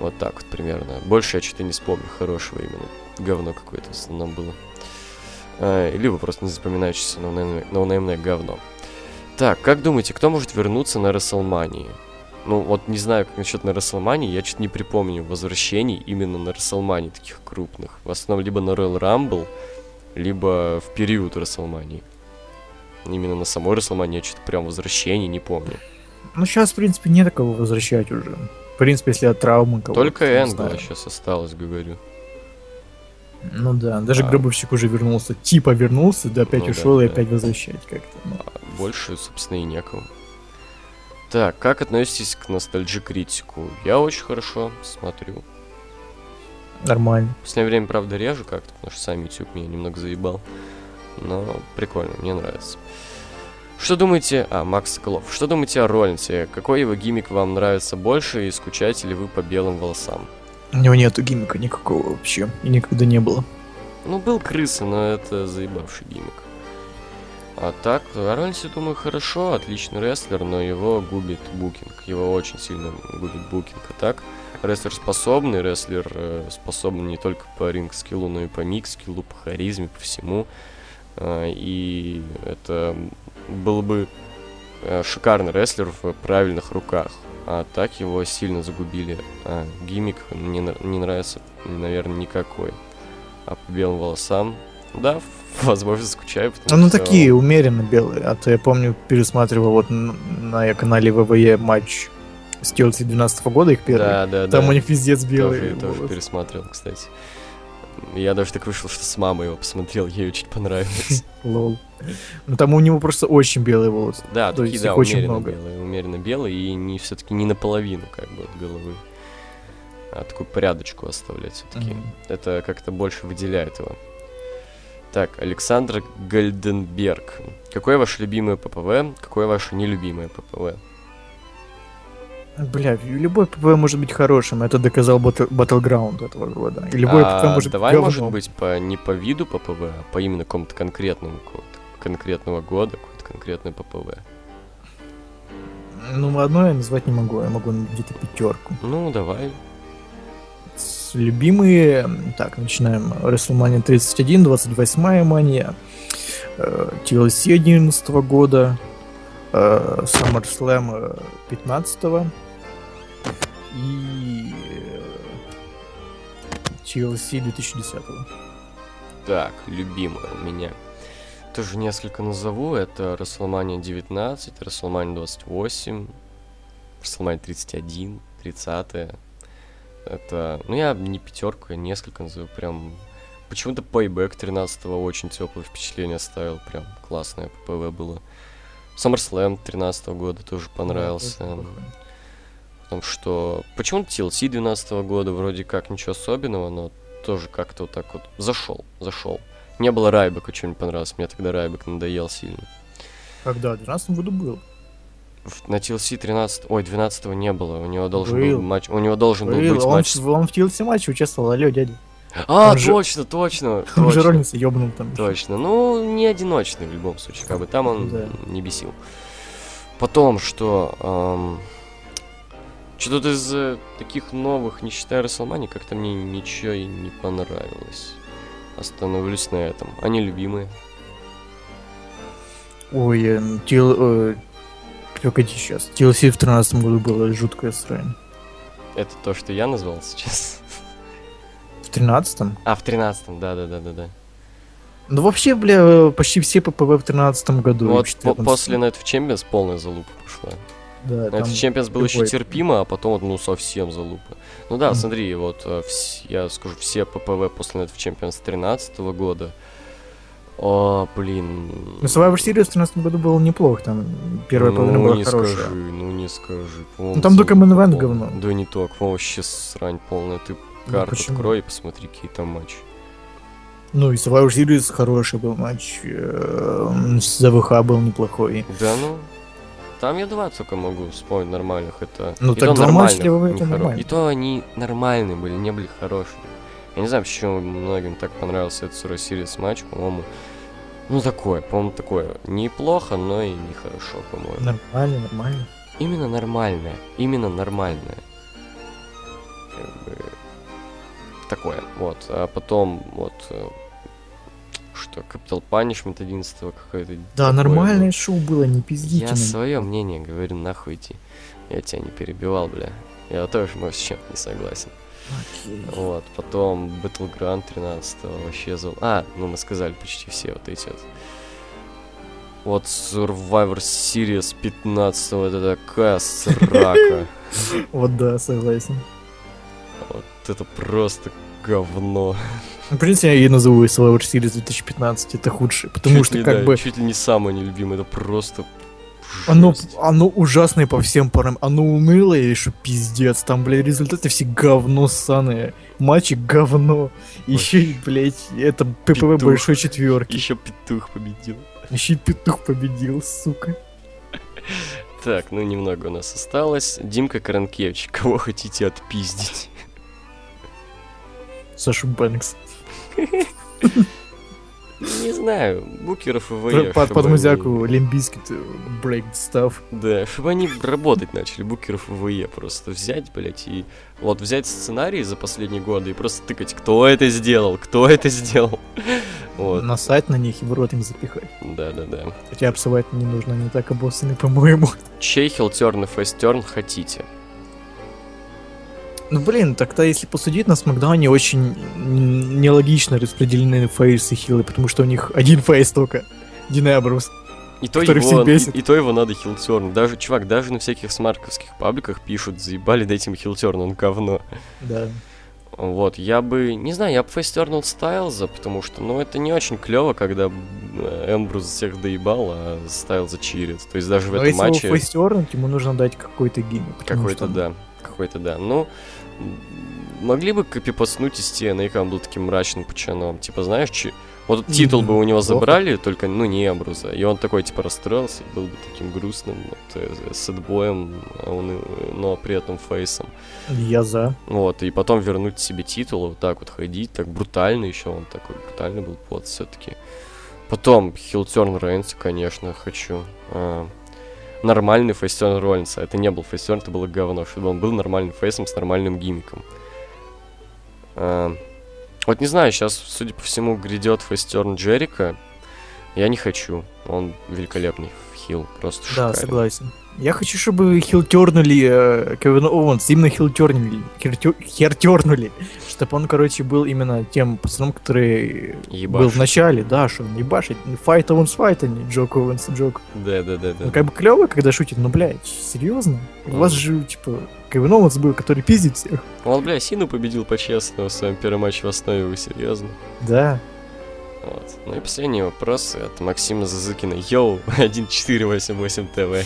Вот так вот примерно. Больше я что-то не вспомню хорошего именно. Говно какое-то в основном было. А, либо просто не запоминающееся ноунеймное ноунеймное говно. Так, как думаете, кто может вернуться на Расселмании? Ну, вот не знаю, как насчет на Расселмании, я чуть не припомню возвращений именно на Расселмании таких крупных. В основном либо на Royal Rumble, либо в период Расселмании. Именно на самой Расселмании я что-то прям возвращений не помню.
Ну, сейчас, в принципе, не такого возвращать уже. В принципе, если от травмы кого-то.
Только
не
Энгла
знаю.
сейчас осталось, говорю.
Ну да, даже
А.
Гробовщик уже вернулся. Типа вернулся, да опять
Ну да,
ушел и
да.
опять возвращать как-то. Ну,
А больше, собственно, и некого. Так, как относитесь к ностальджи-критику? Я очень хорошо смотрю.
Нормально.
В последнее время, правда, режу как-то, потому что сам YouTube меня немного заебал. Но прикольно, мне нравится. Что думаете... А, Макс Соколов. Что думаете о Роллинсе? Какой его гиммик вам нравится больше и скучаете ли вы по белым волосам?
У него нету гиммика никакого вообще. И никогда не было.
Ну, был крыса, но это заебавший гиммик. А так, о Роллинсе, думаю, хорошо, отличный рестлер, но его губит букинг. Его очень сильно губит букинг. А так, рестлер способный, рестлер э, способный не только по ринг-скиллу, но и по микс-скиллу, по харизме, по всему. А, и это был бы э, шикарный рестлер в правильных руках. А так его сильно загубили. А гиммик мне на- не нравится, наверное, никакой. А по белым волосам, да, <laughs> возможно, скучаю. потому
Ну,
что-
такие умеренно белые. А то я помню, пересматривал вот н- на канале ВВЕ матч с Келси 12 года, их первый.
Да, да,
Там
да.
у них пиздец
Тоже-
белые.
тоже
волосы.
пересматривал, кстати. Я даже так вышел, что с мамой его посмотрел, ей очень
<laughs>
понравилось.
Лол. Ну, там у него просто очень белые волосы.
Да,
То
такие,
есть
да,
их очень
умеренно
много.
белые, умеренно белые, и не все-таки не наполовину, как бы, от головы. А такую порядочку оставлять все-таки.
Мгм.
Это как-то больше выделяет его. Так, Александр Гальденберг. Какое ваше любимое ППВ? Какое ваше нелюбимое ППВ?
Бля, любой ПВ может быть хорошим, это доказал Battle- Battleground этого года. И любой
А,
ПВ может
давай,
быть
может
говном.
быть, по, не по виду ППВ, а по именно какому-то конкретному, какого-то конкретного года, какой-то конкретный ППВ.
Ну, одно я назвать не могу, я могу где-то пятерку.
Ну, давай.
С- Любимые, м, так, начинаем. WrestleMania 31, 28 мания, э, TLC 11 года, э, SummerSlam э, 15 и э, TLC 2010
Так, любимое у меня. Тоже несколько назову. Это WrestleMania 19, WrestleMania 28, WrestleMania 31, 30. Это... Ну, я не пятерку, я несколько назову. Прям... Почему-то Payback 13 очень теплое впечатление оставил. Прям классное ППВ было. SummerSlam 13 года тоже понравился. Потому что почему-то TLC 12 года вроде как ничего особенного, но тоже как-то вот так вот зашел, зашел. Не было Райбека, что не понравилось. Мне тогда Райбек надоел сильно.
Когда? В 12 году был.
В- На TLC 13... Ой, 12 не было. У него должен
Был.
был матч... У него должен был,
Был,
быть
он,
матч... с-
в- он в TLC матче участвовал, алло, дядя.
А,
он же-
точно, <laughs> точно,
Он же
точно.
Роллинса ёбнул там.
Точно. Ну, не одиночный в любом случае, как бы там он
Да.
не бесил. Потом, что... что-то из э, таких новых, не считая Расселмани, как-то мне ничего и не понравилось. Остановлюсь на этом. Они любимые.
Ой, э, Тил... э, Погоди сейчас. TLC в 13 году было жуткое срань.
Это то, что я назвал сейчас. <laughs>
В 13
А, в тринадцатом, да-да-да-да-да.
Ну вообще, бля, почти все ППВ в 13 году. и в
Вот по-
14-м.
после Night в Champions полная залупа пошла.
Да,
Night
там-
в Champions А был еще
любой.
терпимо, а потом вот, ну совсем залупа. Ну да,
Мгм.
смотри, вот э, вс- я скажу, все ППВ после Night в Champions 13 года. О, блин.
Ну, Survivor Series в 13 году было неплохо, там первая половина
ну,
была
не
хорошая.
скажи, ну не скажи. по-моему,
Ну, там только
залупа
main event
полная.
говно.
Да не то, по-моему, вообще срань полная. Ты
Ну,
карту
почему?
открой и посмотри, какие там матчи.
Ну и Survivor Series хороший был матч, э, с ЗВХ был неплохой.
Да ну. Там я два только могу вспомнить нормальных. Это
Ну,
и
так
то
два
нормальных,
матча левого
не
это
хоро-
нормально.
И то они нормальные были, не были хорошими. Я не знаю, почему многим так понравился этот Сурасирис матч, по-моему. Ну такое, по-моему, такое. Неплохо, но и нехорошо, по-моему.
Нормально, нормально.
Именно нормальное. Именно нормальное. Как бы такое. Вот. А потом вот э, что, Capital Punishment 11 какой-то.
Да,
такое
нормальное шоу было, не пиздите.
я свое мнение говорю, нахуй идти. Я тебя не перебивал, бля. Я тоже, может, с чем не согласен. Вот, потом Battleground 13 вообще зал. А, ну мы сказали почти все вот эти вот. Вот Survivor Series 15 это такая
<laughs>
срака.
Вот да, согласен.
Вот это просто говно.
Ну, в принципе, я и назову Survivor Series 2015, это худший, потому
Чуть
что
ли,
как
да,
бы
Чуть ли не самое нелюбимое, это просто...
Оно,
жесть.
оно ужасное по всем парам. Оно унылое, и что пиздец. Там, блядь, результаты все говно ссаные. Матчи говно. Еще и, блядь, это ППВ
Петух.
большой четверки.
Еще петух победил.
Еще и петух победил, сука.
Так, ну немного у нас осталось. Димка Каранкевич, <laughs> кого хотите отпиздить?
Сашу Бэнкс.
Не знаю, букеров и
Про-
ВЕ.
Под,
чтобы
под музяку
они-
Лимбискет брейк став.
Да, чтобы они работать начали, букеров и ВЕ просто взять, блять, и вот взять сценарий за последние годы и просто тыкать, кто это сделал, кто это сделал. <laughs> Вот,
Насать на них и в рот им запихать.
да-да-да.
Хотя обсывать не нужно, они так обоссаны, по-моему.
Чей хилтерн и фейстерн хотите?
Ну блин, тогда если посудить, на Смакдауне очень н- нелогично распределены фейсы и хилы, потому что у них один фейс только. Дин Эбрус.
И то,
Который
его,
всех бесит.
и, и то его надо хилтерн. Даже, чувак, даже на всяких смарковских пабликах пишут, заебали дать им хилтерн, он говно.
Да.
Вот, я бы, не знаю, я бы фейстернул Стайлза, потому что, ну, это не очень клево, когда э, Эмбрус всех доебал, а Стайлза чирит. То есть даже в
Но
этом
Ну, если
матче
его фейс тернуть, ему нужно дать какой-то гимн. потому
какой-то,
что-
да, какой-то, да. Ну, м, могли бы копипаснуть из TNA, когда он был таким мрачным пацаном. Типа, знаешь, чи- вот этот титул
Мгм,
бы у него
плохо.
забрали, только, ну, не Эмбруза. И он такой, типа, расстроился, и был бы таким грустным, вот, э, сэдбоем, а он и- но при этом фейсом.
Я за.
Вот, и потом вернуть себе титул, вот так вот ходить, так брутально еще он такой брутальный был под все-таки. Потом Хилтерн Рейнса, конечно, хочу. А, нормальный фейстерн Роллинса. а Это не был фейстерн, это было говно, чтобы он был нормальным фейсом с нормальным гиммиком. А, вот не знаю, сейчас, судя по всему, грядет фейстерн Джерика. Я не хочу. Он великолепный хил, просто
Да,
шикарен.
согласен. Я хочу, чтобы хилтернули э, Кевина Оуэнс, именно хилтернули, хертернули, чтобы он, короче, был именно тем пацаном, который был
Ебашит.
в начале, да, что он ебашит. Файт Оуэнс файт, а не Джок Оуэнс Джок.
Да-да-да-да.
Ну, как бы клево, когда шутит, но, блядь, серьезно? У вас
Мгм.
же, типа, Кевин Оуэнс был, который пиздит всех.
Он, Ну, бля, Сину победил по-честному в своем первом матче в основе, вы серьезно?
Да.
Вот. Ну и последний вопрос от Максима Зазыкина. Йоу, <laughs> 1488 ТВ.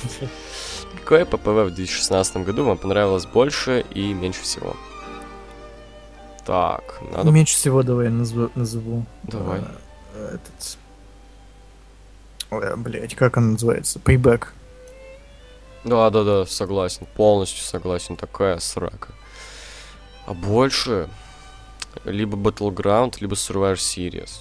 Какое ППВ в 2016 году вам понравилось больше и меньше всего? Так, надо...
Меньше всего давай я назва- назову.
Давай.
Э, Этот... Э, Блядь, как он называется? Payback.
Да-да-да, согласен, полностью согласен, такая срака. А больше... Либо Battleground, либо Survivor Series.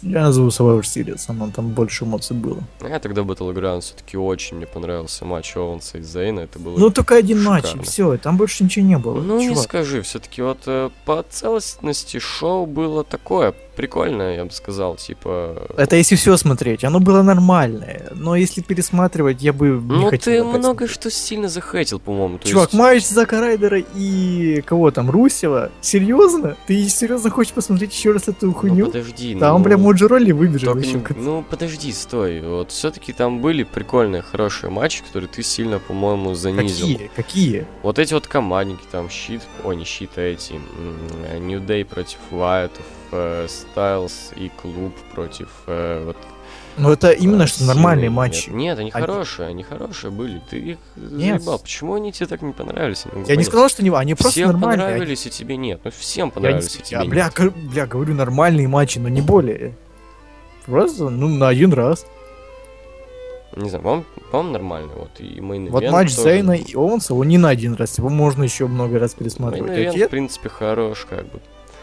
Я назову Survivor Series, оно там больше эмоций было.
А тогда Battleground все-таки очень мне понравился матч Оуэнса и Зейна. Это было
Ну, только один матч, и
шикарно.
все, там больше ничего не было.
Ну, не
чувак.
скажи, все-таки вот э, по целостности шоу было такое прикольно, я бы сказал, типа...
Это если все смотреть, оно было нормальное, но если пересматривать, я бы не
Ну,
хотел
ты
опять
много
смотреть.
что сильно захейтил, по-моему. то
Чувак,
есть-
Майч Зака Райдера и кого там, Русева? Серьезно? Ты серьезно хочешь посмотреть еще раз эту
Ну,
хуйню?
подожди,
Да, он
ну,
прям Моджи Ролли выбежал
только
еще.
не- Ну, подожди, стой. Вот все-таки там были прикольные, хорошие матчи, которые ты сильно, по-моему, занизил.
Какие? Какие?
Вот эти вот командники, там, щит, ой, не щит, а эти, м, New Day против Вайтов, Стайлз и Клуб против э, вот...
Ну это именно
э,
что нормальные
Сины. Нет,
матчи.
ну, Нет, они
Они-
хорошие, они хорошие были. Ты их
Нет.
заебал. Почему они тебе так не понравились? не могу
Я не
понять.
сказал, что не они просто
Всем
нормальные. они-
понравились, и тебе нет. Ну, всем
Я не
понравились, и
с-
тебе
я,
нет.
бля, гор- бля, говорю, нормальные матчи, но не более. Просто, ну, на один раз.
Не знаю, по-моему, по-моему, нормально. Вот, и мейн
вот матч Зейна и Оуэнса, он не на один раз. Его можно еще много раз пересматривать. А те-
в принципе, хорош, как бы.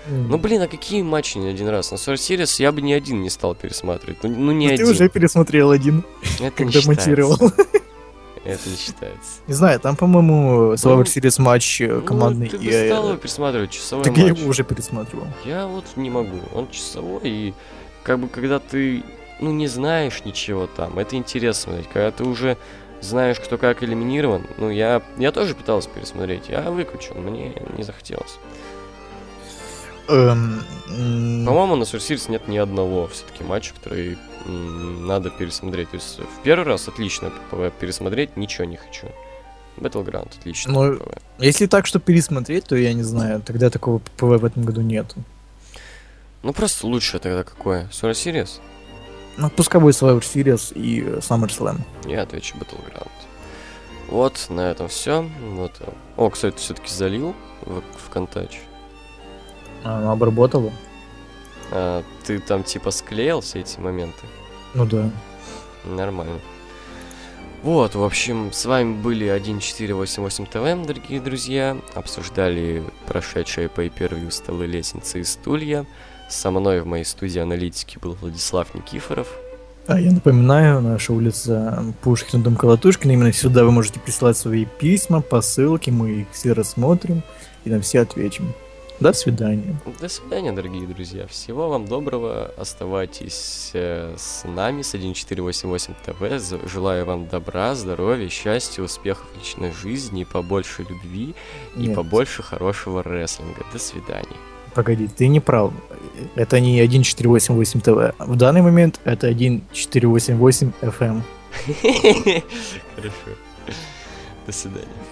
М.
Ну, блин, а какие матчи не один раз? На Survivor Series я бы ни один не стал пересматривать. Ну, ну не
Ну, ты
один.
уже пересмотрел один,
Это не
когда
считается.
монтировал.
Это не считается.
Не знаю, там, по-моему, Survivor Series матч э,
Ну,
командный.
ты бы
и, э,
стал его пересматривать, часовой
так я
матч.
его уже пересматривал.
Я вот не могу. Он часовой, и как бы когда ты ну не знаешь ничего там, это интересно смотреть. Когда ты уже знаешь, кто как элиминирован, ну я, я тоже пытался пересмотреть, я выключил, мне не захотелось.
Эм, м,
По-моему, на Сурсирс нет ни одного все-таки матча, который м, надо пересмотреть. То есть в первый раз отлично ППВ, пересмотреть ничего не хочу. Battleground отлично.
Ну,
ППВ.
Если так, что пересмотреть, то я не знаю. Тогда такого ПВ в этом году нету.
ну просто лучше тогда какое? Сурсирис?
Ну, пускай будет Survivor Series и э, SummerSlam.
Я отвечу Battleground. Вот, на этом все. Вот. О, кстати, все-таки залил в ВКонтач. ну,
Она обработала.
А, ты там типа склеил все эти моменты.
Ну да.
Нормально. Вот, в общем, с вами были 1488 ТВ, дорогие друзья. Обсуждали прошедшие по первью столы, лестницы и стулья. Со мной в моей студии аналитики был Владислав Никифоров.
А я напоминаю, наша улица Пушкина, дом Колотушкина. Именно сюда вы можете присылать свои письма, посылки. Мы их все рассмотрим и на все ответим. До свидания.
До свидания, дорогие друзья. Всего вам доброго. Оставайтесь э, с нами, с 1488 ТВ. З- Желаю вам добра, здоровья, счастья, успехов в личной жизни, и побольше любви и
Нет,
побольше хорошего рестлинга. До свидания.
Погоди, ты не прав. Это не 1488 ТВ. В данный момент это 1488 FM.
Хорошо. До свидания.